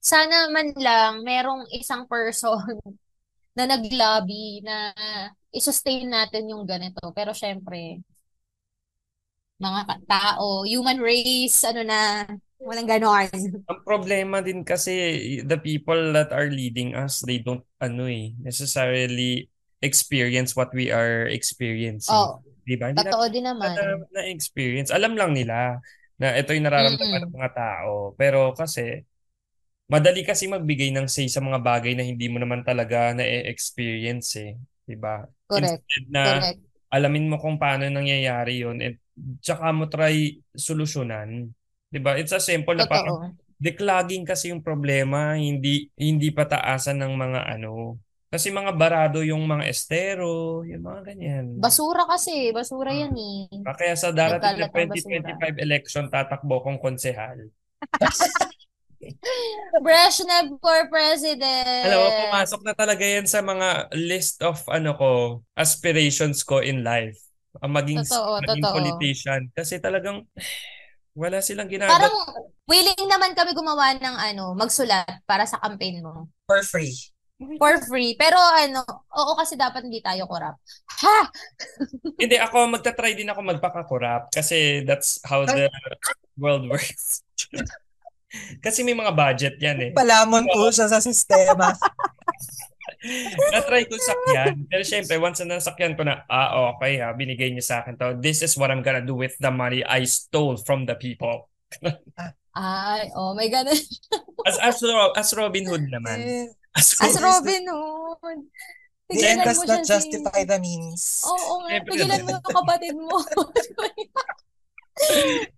Sana man lang merong isang person na nag-lobby na i-sustain natin yung ganito. Pero syempre, mga ka- tao, human race, ano na, walang ganon. Ang problema din kasi the people that are leading us, they don't ano eh, necessarily experience what we are experiencing. Oh, Di ba? Hindi totoo din na, naman. na, experience. Alam lang nila na ito yung nararamdaman ng mga tao. Pero kasi, madali kasi magbigay ng say sa mga bagay na hindi mo naman talaga na-experience eh. Di ba? Correct, Instead na correct. alamin mo kung paano nangyayari yon at tsaka mo try solusyonan. 'Di ba? It's a simple na parang Totoo. declogging kasi yung problema, hindi hindi pataasan ng mga ano. Kasi mga barado yung mga estero, yung mga ganyan. Basura kasi, basura Mm. yan eh. Kaya sa darating na Nagkalat ang basura. 2025 election, tatakbo kong konsehal. Eh. Brezhnev for president. Alam mo, pumasok na talaga yan sa mga list of ano ko, aspirations ko in life. Ang maging, Totoo, maging totoo. politician. Kasi talagang wala silang ginagawa. Parang willing naman kami gumawa ng ano, magsulat para sa campaign mo. For free. For free. Pero ano, oo kasi dapat hindi tayo corrupt. Ha! Hindi, ako magta-try din ako magpaka-corrupt kasi that's how the world works. kasi may mga budget yan eh. Palamon ko siya sa sistema. Na-try ko sakyan. Pero syempre, once na nasakyan ko na, ah, okay ha, binigay niya sa akin to. This is what I'm gonna do with the money I stole from the people. Ay, oh my God. As as, Ro- as Robin Hood naman. Eh, As, As Robin- Robin Hood. The end Tigilan mo does siya not si- justify the means. Oo, oo nga. Siyempre. Pigilan mo yung kapatid mo.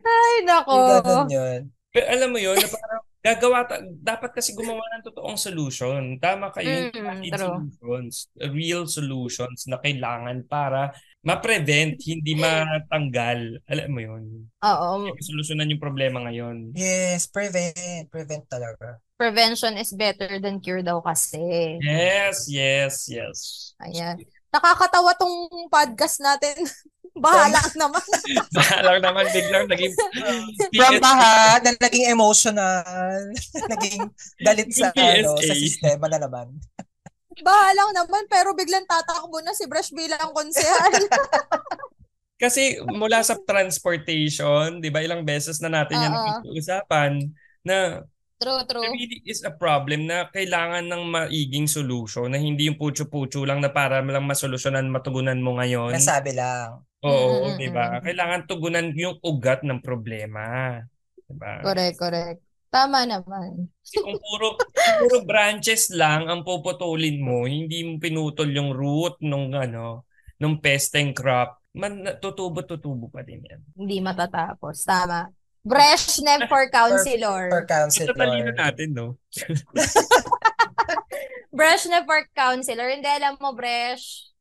Ay, nako. Yung ganun yun. Pero alam mo yun, na parang gagawa, ta- dapat kasi gumawa ng totoong solution. Tama kayo, Mm, valid true. solutions, real solutions na kailangan para ma-prevent, hindi matanggal. Alam mo yun. Oo. Solusyonan yung problema ngayon. Yes, prevent. Prevent talaga. Prevention is better than cure daw kasi. Yes, yes, yes. Ayan. Nakakatawa tong podcast natin. Bahala ka naman. Bahala naman, biglang naging From PSA. baha na naging emotional, naging galit sa, Yung ano, sa PSA. sistema na naman. Bahala ka naman, pero biglang tatakbo na si Brush bilang konsehal. Kasi mula sa transportation, di ba ilang beses na natin yan Oo. usapan na True, true. There really is a problem na kailangan ng maiging solusyon na hindi yung putyo-putyo lang na para lang masolusyonan, matugunan mo ngayon. Nasabi lang. Oo, Mm, mm, di mm, ba? mm. Kailangan tugunan yung ugat ng problema. Di ba? Correct, correct. Tama naman. Kasi Kung puro, kung puro branches lang ang puputulin mo, hindi mo pinutol yung root nung ano, nung pest and crop, man tutubo-tutubo pa din yan. Hindi matatapos. Tama. Brezhnev for Per counselor. counselor. Tatalino natin, no? Brezhnev for counselor. Hindi, alam mo, Bresh.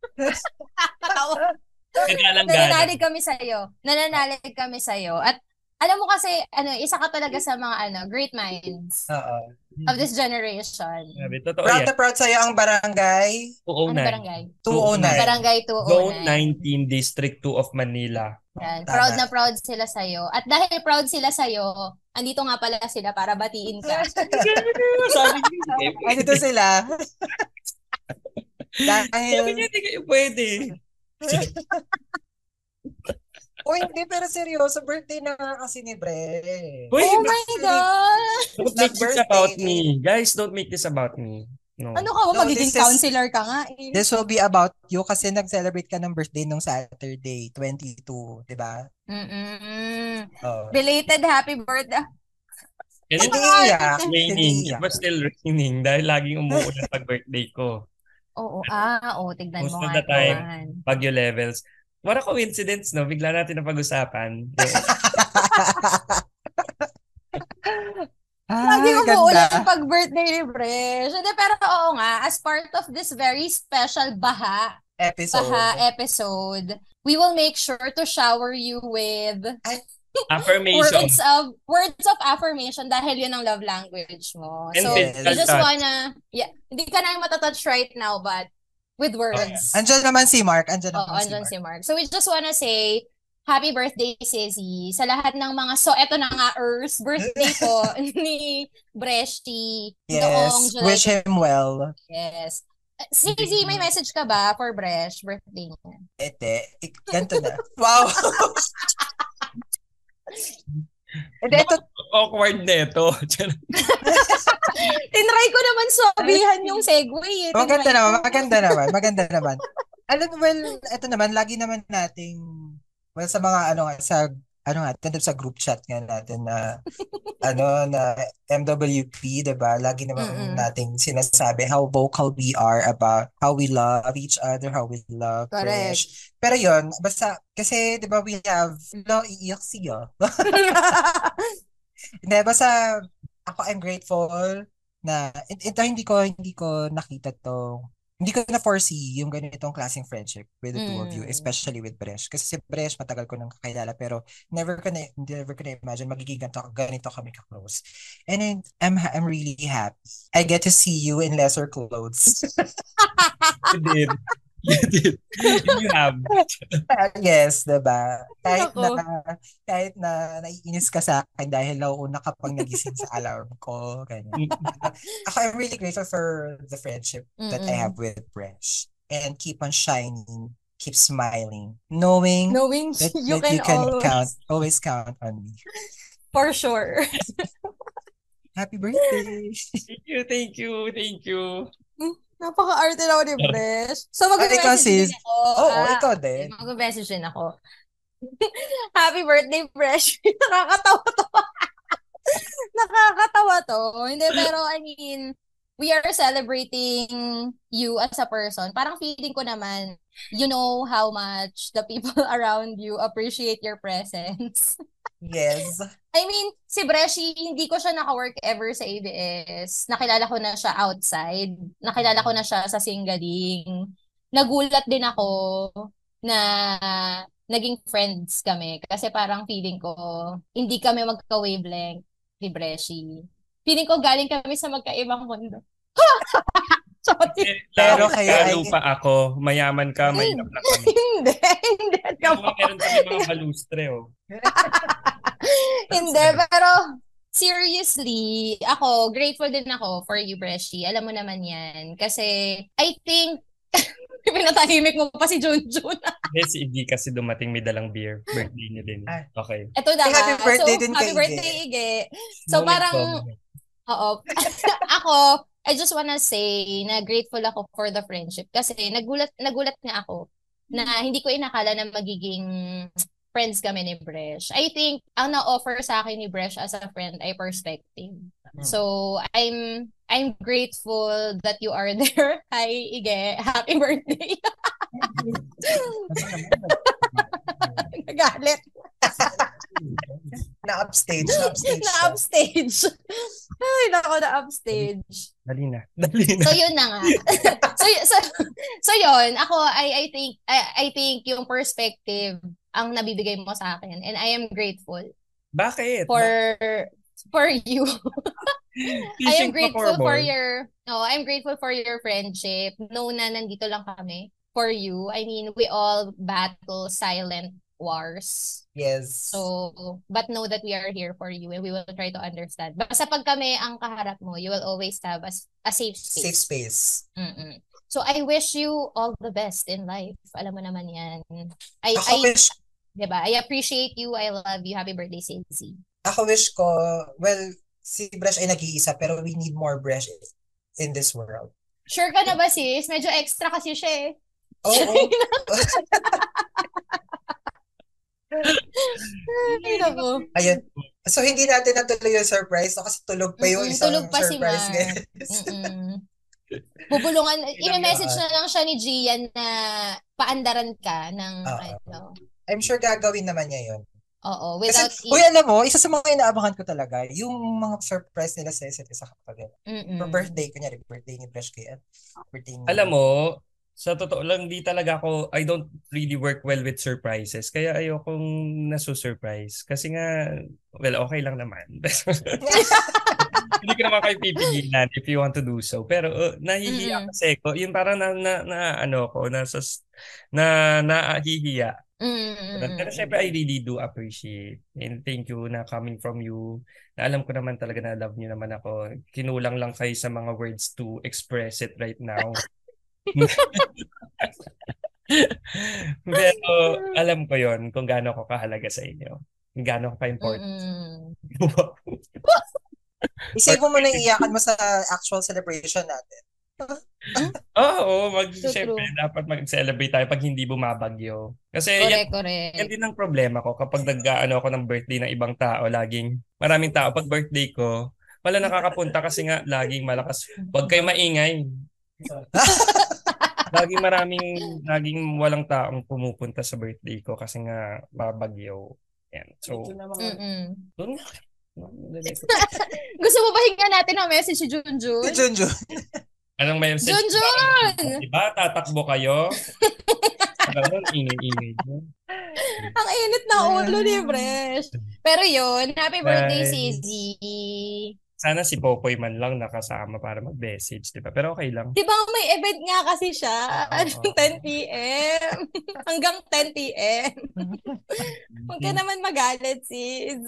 Nagalang-galang. Nananalig kami sa'yo. nananalig kami sa'yo. At alam mo kasi, ano, isa ka talaga sa mga ano, great minds Oo. of this generation. Grabe, totoo Proud yan. na proud sa'yo ang barangay Ano 209. barangay? 209. Barangay Zone 209. 19, District 2 of Manila. Yan. Tama. Proud na proud sila sa'yo. At dahil proud sila sa'yo, andito nga pala sila para batiin ka. Sabi niyo, Andito sila. Sabi Dahil, niya, hindi kayo pwede. o hindi, pero seryoso, birthday na nga kasi ni Bre. Uy, Oh my God! It's don't make not this birthday. about me. Guys, don't make this about me. Oh. No. Ano ka, No, magiging this is- counselor ka nga. eh. This will be about you kasi nag-celebrate ka ng birthday nung Saturday, 22, di ba? Mm-mm. Oh. Belated happy birthday. And Hindi it's iyak. Hindi raining. It iyak. was still raining dahil laging umuulan pag birthday ko. Oo, ah, oo, tignan Most mo of nga the time. naman. Bagyo levels. What a coincidence, no? Bigla natin na pag-usapan. Ah, Lagi ganda. umuulan pag birthday ni Bresh. Hindi, pero oo nga, as part of this very special baha, Episode. baha episode, we will make sure to shower you with Affirmation. words of words of affirmation dahil yun ang love language mo. And So, physical you just touch. wanna, yeah, hindi ka na yung matatouch right now, but with Oh, words. Andiyan naman si Mark. Andiyan eh. Oo, naman si andyan Mark. si Mark. So, we just wanna say, happy birthday, Sissy. Sa lahat ng mga, so, eto na nga, Earth, birthday ko ni Breshti noong Yes, July wish him well. Yes. Uh, Sissy, may message ka ba for Bresh birthday niya? Ete, ik- ganito na. Wow! Ete, ito, Awkward na ito. Tinry ko naman sabihan yung segue. Eh. maganda Tinry naman, ko. maganda naman, maganda naman. Alam, well, ito naman, lagi naman nating, well, sa mga, ano nga, sa, ano nga, tanda sa group chat nga natin na, ano, na MWP, diba? Lagi naman Mm-mm. nating sinasabi how vocal we are about how we love each other, how we love Correct. Krish. Pero yun, basta, kasi, diba, we have, lo, iiyak siya. Hindi, basta ako I'm grateful na it- ito hindi ko hindi ko nakita to. Hindi ko na foresee yung ganitong klaseng friendship with the two of you, Mm. especially with Bresh. Kasi si Bresh matagal ko nang kakilala pero never ko na never ko na imagine magiging ganito, ganito kami ka-close. And then, I'm ha- I'm really happy. I get to see you in lesser clothes. You did. You did. You have. yes, 'di ba? Kahit Ako. na kahit na naiinis ka sa akin dahil nauuna ka pang nagising sa alarm ko, ganyan. ako, I'm really grateful for the friendship that I Mm-mm. have with Bresh. And keep on shining, keep smiling, knowing Knowing that, you that can, you can always, count, always count on me. for sure. Happy birthday! Thank you, thank you, thank you. Napaka-arte na ako ni Bresh. So, ikaw, mag-message din sis. ako. Oo, Ah, Oh, ikaw din. Mag-message din ako. Happy birthday, Fresh. Nakakatawa to. Nakakatawa to. Hindi, pero I mean, we are celebrating you as a person. Parang feeling ko naman, you know how much the people around you appreciate your presence. Yes. I mean, si Breshi, hindi ko siya naka-work ever sa ABS. Nakilala ko na siya outside. Nakilala ko na siya sa Singaling. Nagulat din ako na naging friends kami. Kasi parang feeling ko, hindi kami magka-wavelength ni Breshi. Feeling ko galing kami sa magkaibang mundo. Sorry. Eh, Pero Laro kayo ka, ay- lupa ako. Mayaman ka, mahirap na kami. hindi, hindi. Yung mga meron kami mga balustre, oh. Hindi, pero seriously, ako, grateful din ako for you, Breshi. Alam mo naman yan. Kasi, I think, pinatahimik mo pa si Junjun. Yes, hindi kasi dumating may dalang beer. Birthday niya din. Ah. Okay. Ito na Hey, happy nga. birthday so, din Happy kay birthday, Ige. So, parang, oo. ako, I just wanna say na grateful ako for the friendship. Kasi, nagulat, nagulat nga ako na Hmm. hindi ko inakala na magiging friends kami ni Bresh. I think, ang na-offer sa akin ni Bresh as a friend ay perspective. Hmm. So I'm I'm grateful that you are there. Hi, Ige. Happy birthday. Ano naman? Nagalit. na Na-upstage, na-upstage siya. Na-upstage. Ay, nako, na-upstage. Dali na. Dali na. So yun na nga. so, y- so, so yun, ako I I think I, I think yung perspective ang nabibigay mo sa akin and I am grateful Bakit? for for you. I am Fishing for grateful for cornball. your no, I'm grateful for your friendship. No na nandito lang kami for you. I mean, we all battle silent wars. Yes. So, but know that we are here for you and we will try to understand. Basta pag kami ang kaharap mo, you will always have a, s- a safe space. safe space. Mm-mm. So I wish you all the best in life. Alam mo naman 'yan. I Ako I wish, 'di ba? I appreciate you. I love you. Happy birthday, Cincy. ako wish ko, well, si Bresh ay nag-iisa pero we need more Bresh in this world. Sure ka na ba sis? Medyo extra kasi siya eh. Oo, oh, Ay, nako. ayun. So hindi natin natuloy yung surprise no? kasi tulog pa yung Mm-mm, isang tulog pa si surprise. Mar. guys. Mm-mm. Bubulungan, i-message na lang siya ni Gian na paandaran ka ng Oo. ano. I'm sure gagawin naman niya yun. Oo, Kasi, without uy, alam mo, isa sa mga inaabangan ko talaga, yung mga surprise nila sa isa't isa kapag Mm-mm. For birthday, kunyari, birthday ni Bresh kay Ed, birthday ni... Alam mo, sa totoo lang, di talaga ako, I don't really work well with surprises. Kaya ayokong nasusurprise. Kasi nga, well, okay lang naman. Hindi ko naman kayo pipigilan if you want to do so. Pero uh, nahihiya Mm-mm. kasi ko. Yun parang na, na, na ano ko, nasa, na, nahihiya. Mm-mm. Pero syempre, mm. I really do appreciate and thank you na coming from you. Na alam ko naman talaga na love niyo naman ako. Kinulang lang kayo sa mga words to express it right now. Pero alam ko yon kung gaano ko kahalaga sa inyo. Kung gaano ko ka-important. Mm-mm. Isipin mo na iiyakan mo sa actual celebration natin. Ah, Oo, mag, True, syempre, dapat mag-celebrate tayo pag hindi bumabagyo. Kasi yan, Correct, correct. yan din ang problema ko kapag nag-ano ako ng birthday ng ibang tao, laging maraming tao pag birthday ko, wala nakakapunta kasi nga laging malakas. Huwag kayo maingay. Laging maraming, laging walang taong pumupunta sa birthday ko kasi nga mabagyo. Yan. So, Mm-mm. dun. Gusto mo ba hingan natin ang message si Junjun? Si Junjun. Anong may message? Junjun! Diba? Tatakbo kayo? Ganun, ingay-ingay. Ang init na ulo ni Bresh. Pero yun, happy birthday, Bye. Sisi. Sana si Popoy man lang nakasama para mag-message, di ba? Pero okay lang. Di ba may event nga kasi siya? Oo. Ano, Anong 10 p.m.? Hanggang 10 p.m. Huwag ka naman magalit, sis.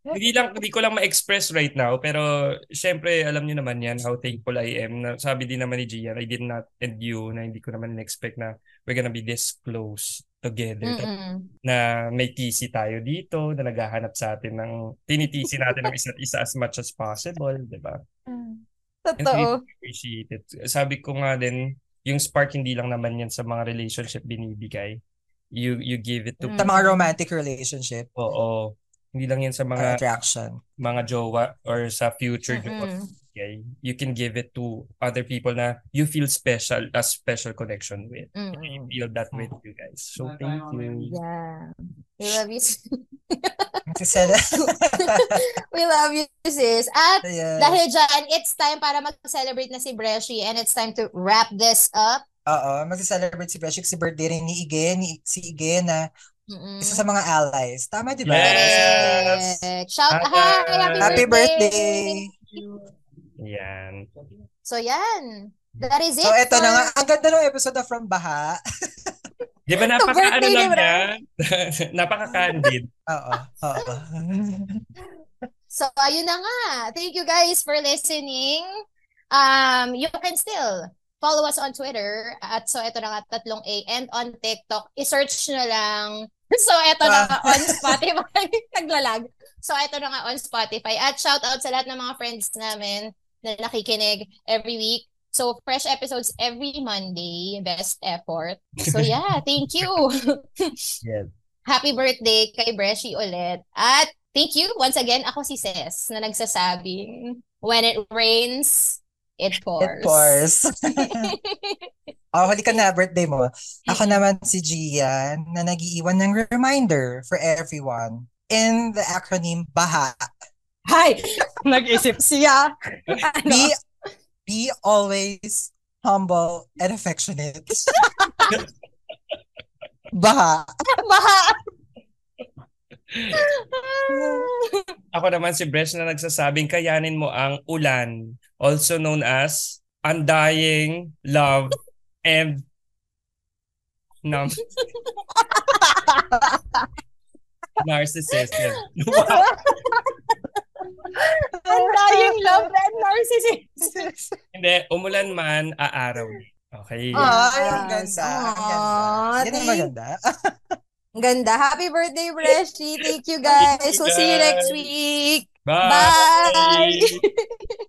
Hindi lang, hindi ko lang ma-express right now, pero syempre, alam niyo naman yan, how thankful I am. Na, sabi din naman ni Gian, I did not and you, na hindi ko naman expect na we're gonna be this close together. Mm-mm. Na may tisi tayo dito, na naghahanap sa atin ng, tinitisi natin ng isa't isa as much as possible, di ba? Totoo. appreciate it. Sabi ko nga din, yung spark hindi lang naman yan sa mga relationship binibigay. You you give it to Mm. Sa mga romantic relationship oo. Hindi lang yan sa or Ah, mga attraction. mga jowa or sa future jowa. Mm-mm. Okay? You can give it to other people na you feel special, a special connection with. Mm-mm. Feel that with you guys. So thank you. Yeah. We love you. sis. Magsisela. We love you, sis. At Ayan. dahil dyan, it's time para mag-celebrate na si Breshi and it's time to wrap this up. Oo, magsiselebrate si Bresh. Si birthday rin ni Ige, ni si Ige na Mm-mm. isa sa mga allies. Tama, di ba? Yes! Correct. Shout Hi, out. Happy, guys. Happy birthday. birthday! Yan. So yan. That is it. So, eto for- na nga. Ang ganda ng episode na From Baha. Di ba napaka ano birthday ni lang Bra. yan? Napaka-candid. Oo, oo. So, ayun na nga. Thank you guys for listening. Um, you can still follow us on Twitter at so eto na nga tatlong A and on TikTok. I-search nyo lang. So eto na nga Ah. on Spotify. Naglalag. So eto na nga on Spotify. At shout out sa lahat ng mga friends namin na nakikinig every week. So fresh episodes every Monday. Best effort. So yeah, thank you. Yes. Happy birthday kay Breshi ulit. At Thank you once again. Ako si Ses na nagsasabing, when it rains, it pours. It pours. oh, huli ka na, birthday mo. Ako naman si Gian na nagiiwan ng reminder for everyone in the acronym BAHA, Hi! Nag-isip Siya. Ano? be, be always humble and affectionate. BAHA. Baha. Ako naman si Bresh na nagsasabing kayanin mo ang ulan, also known as undying love and num narcissism. Ah, Ang tayong love and narcissism. Hindi, umulan man, aaraw. Okay. Ah. Ay, ang ganda. Ang Aw, ganda. Yan ang thank- maganda. Ang Ganda. Happy birthday, Reshi. Thank you guys. We'll see you next week. Bye. Bye.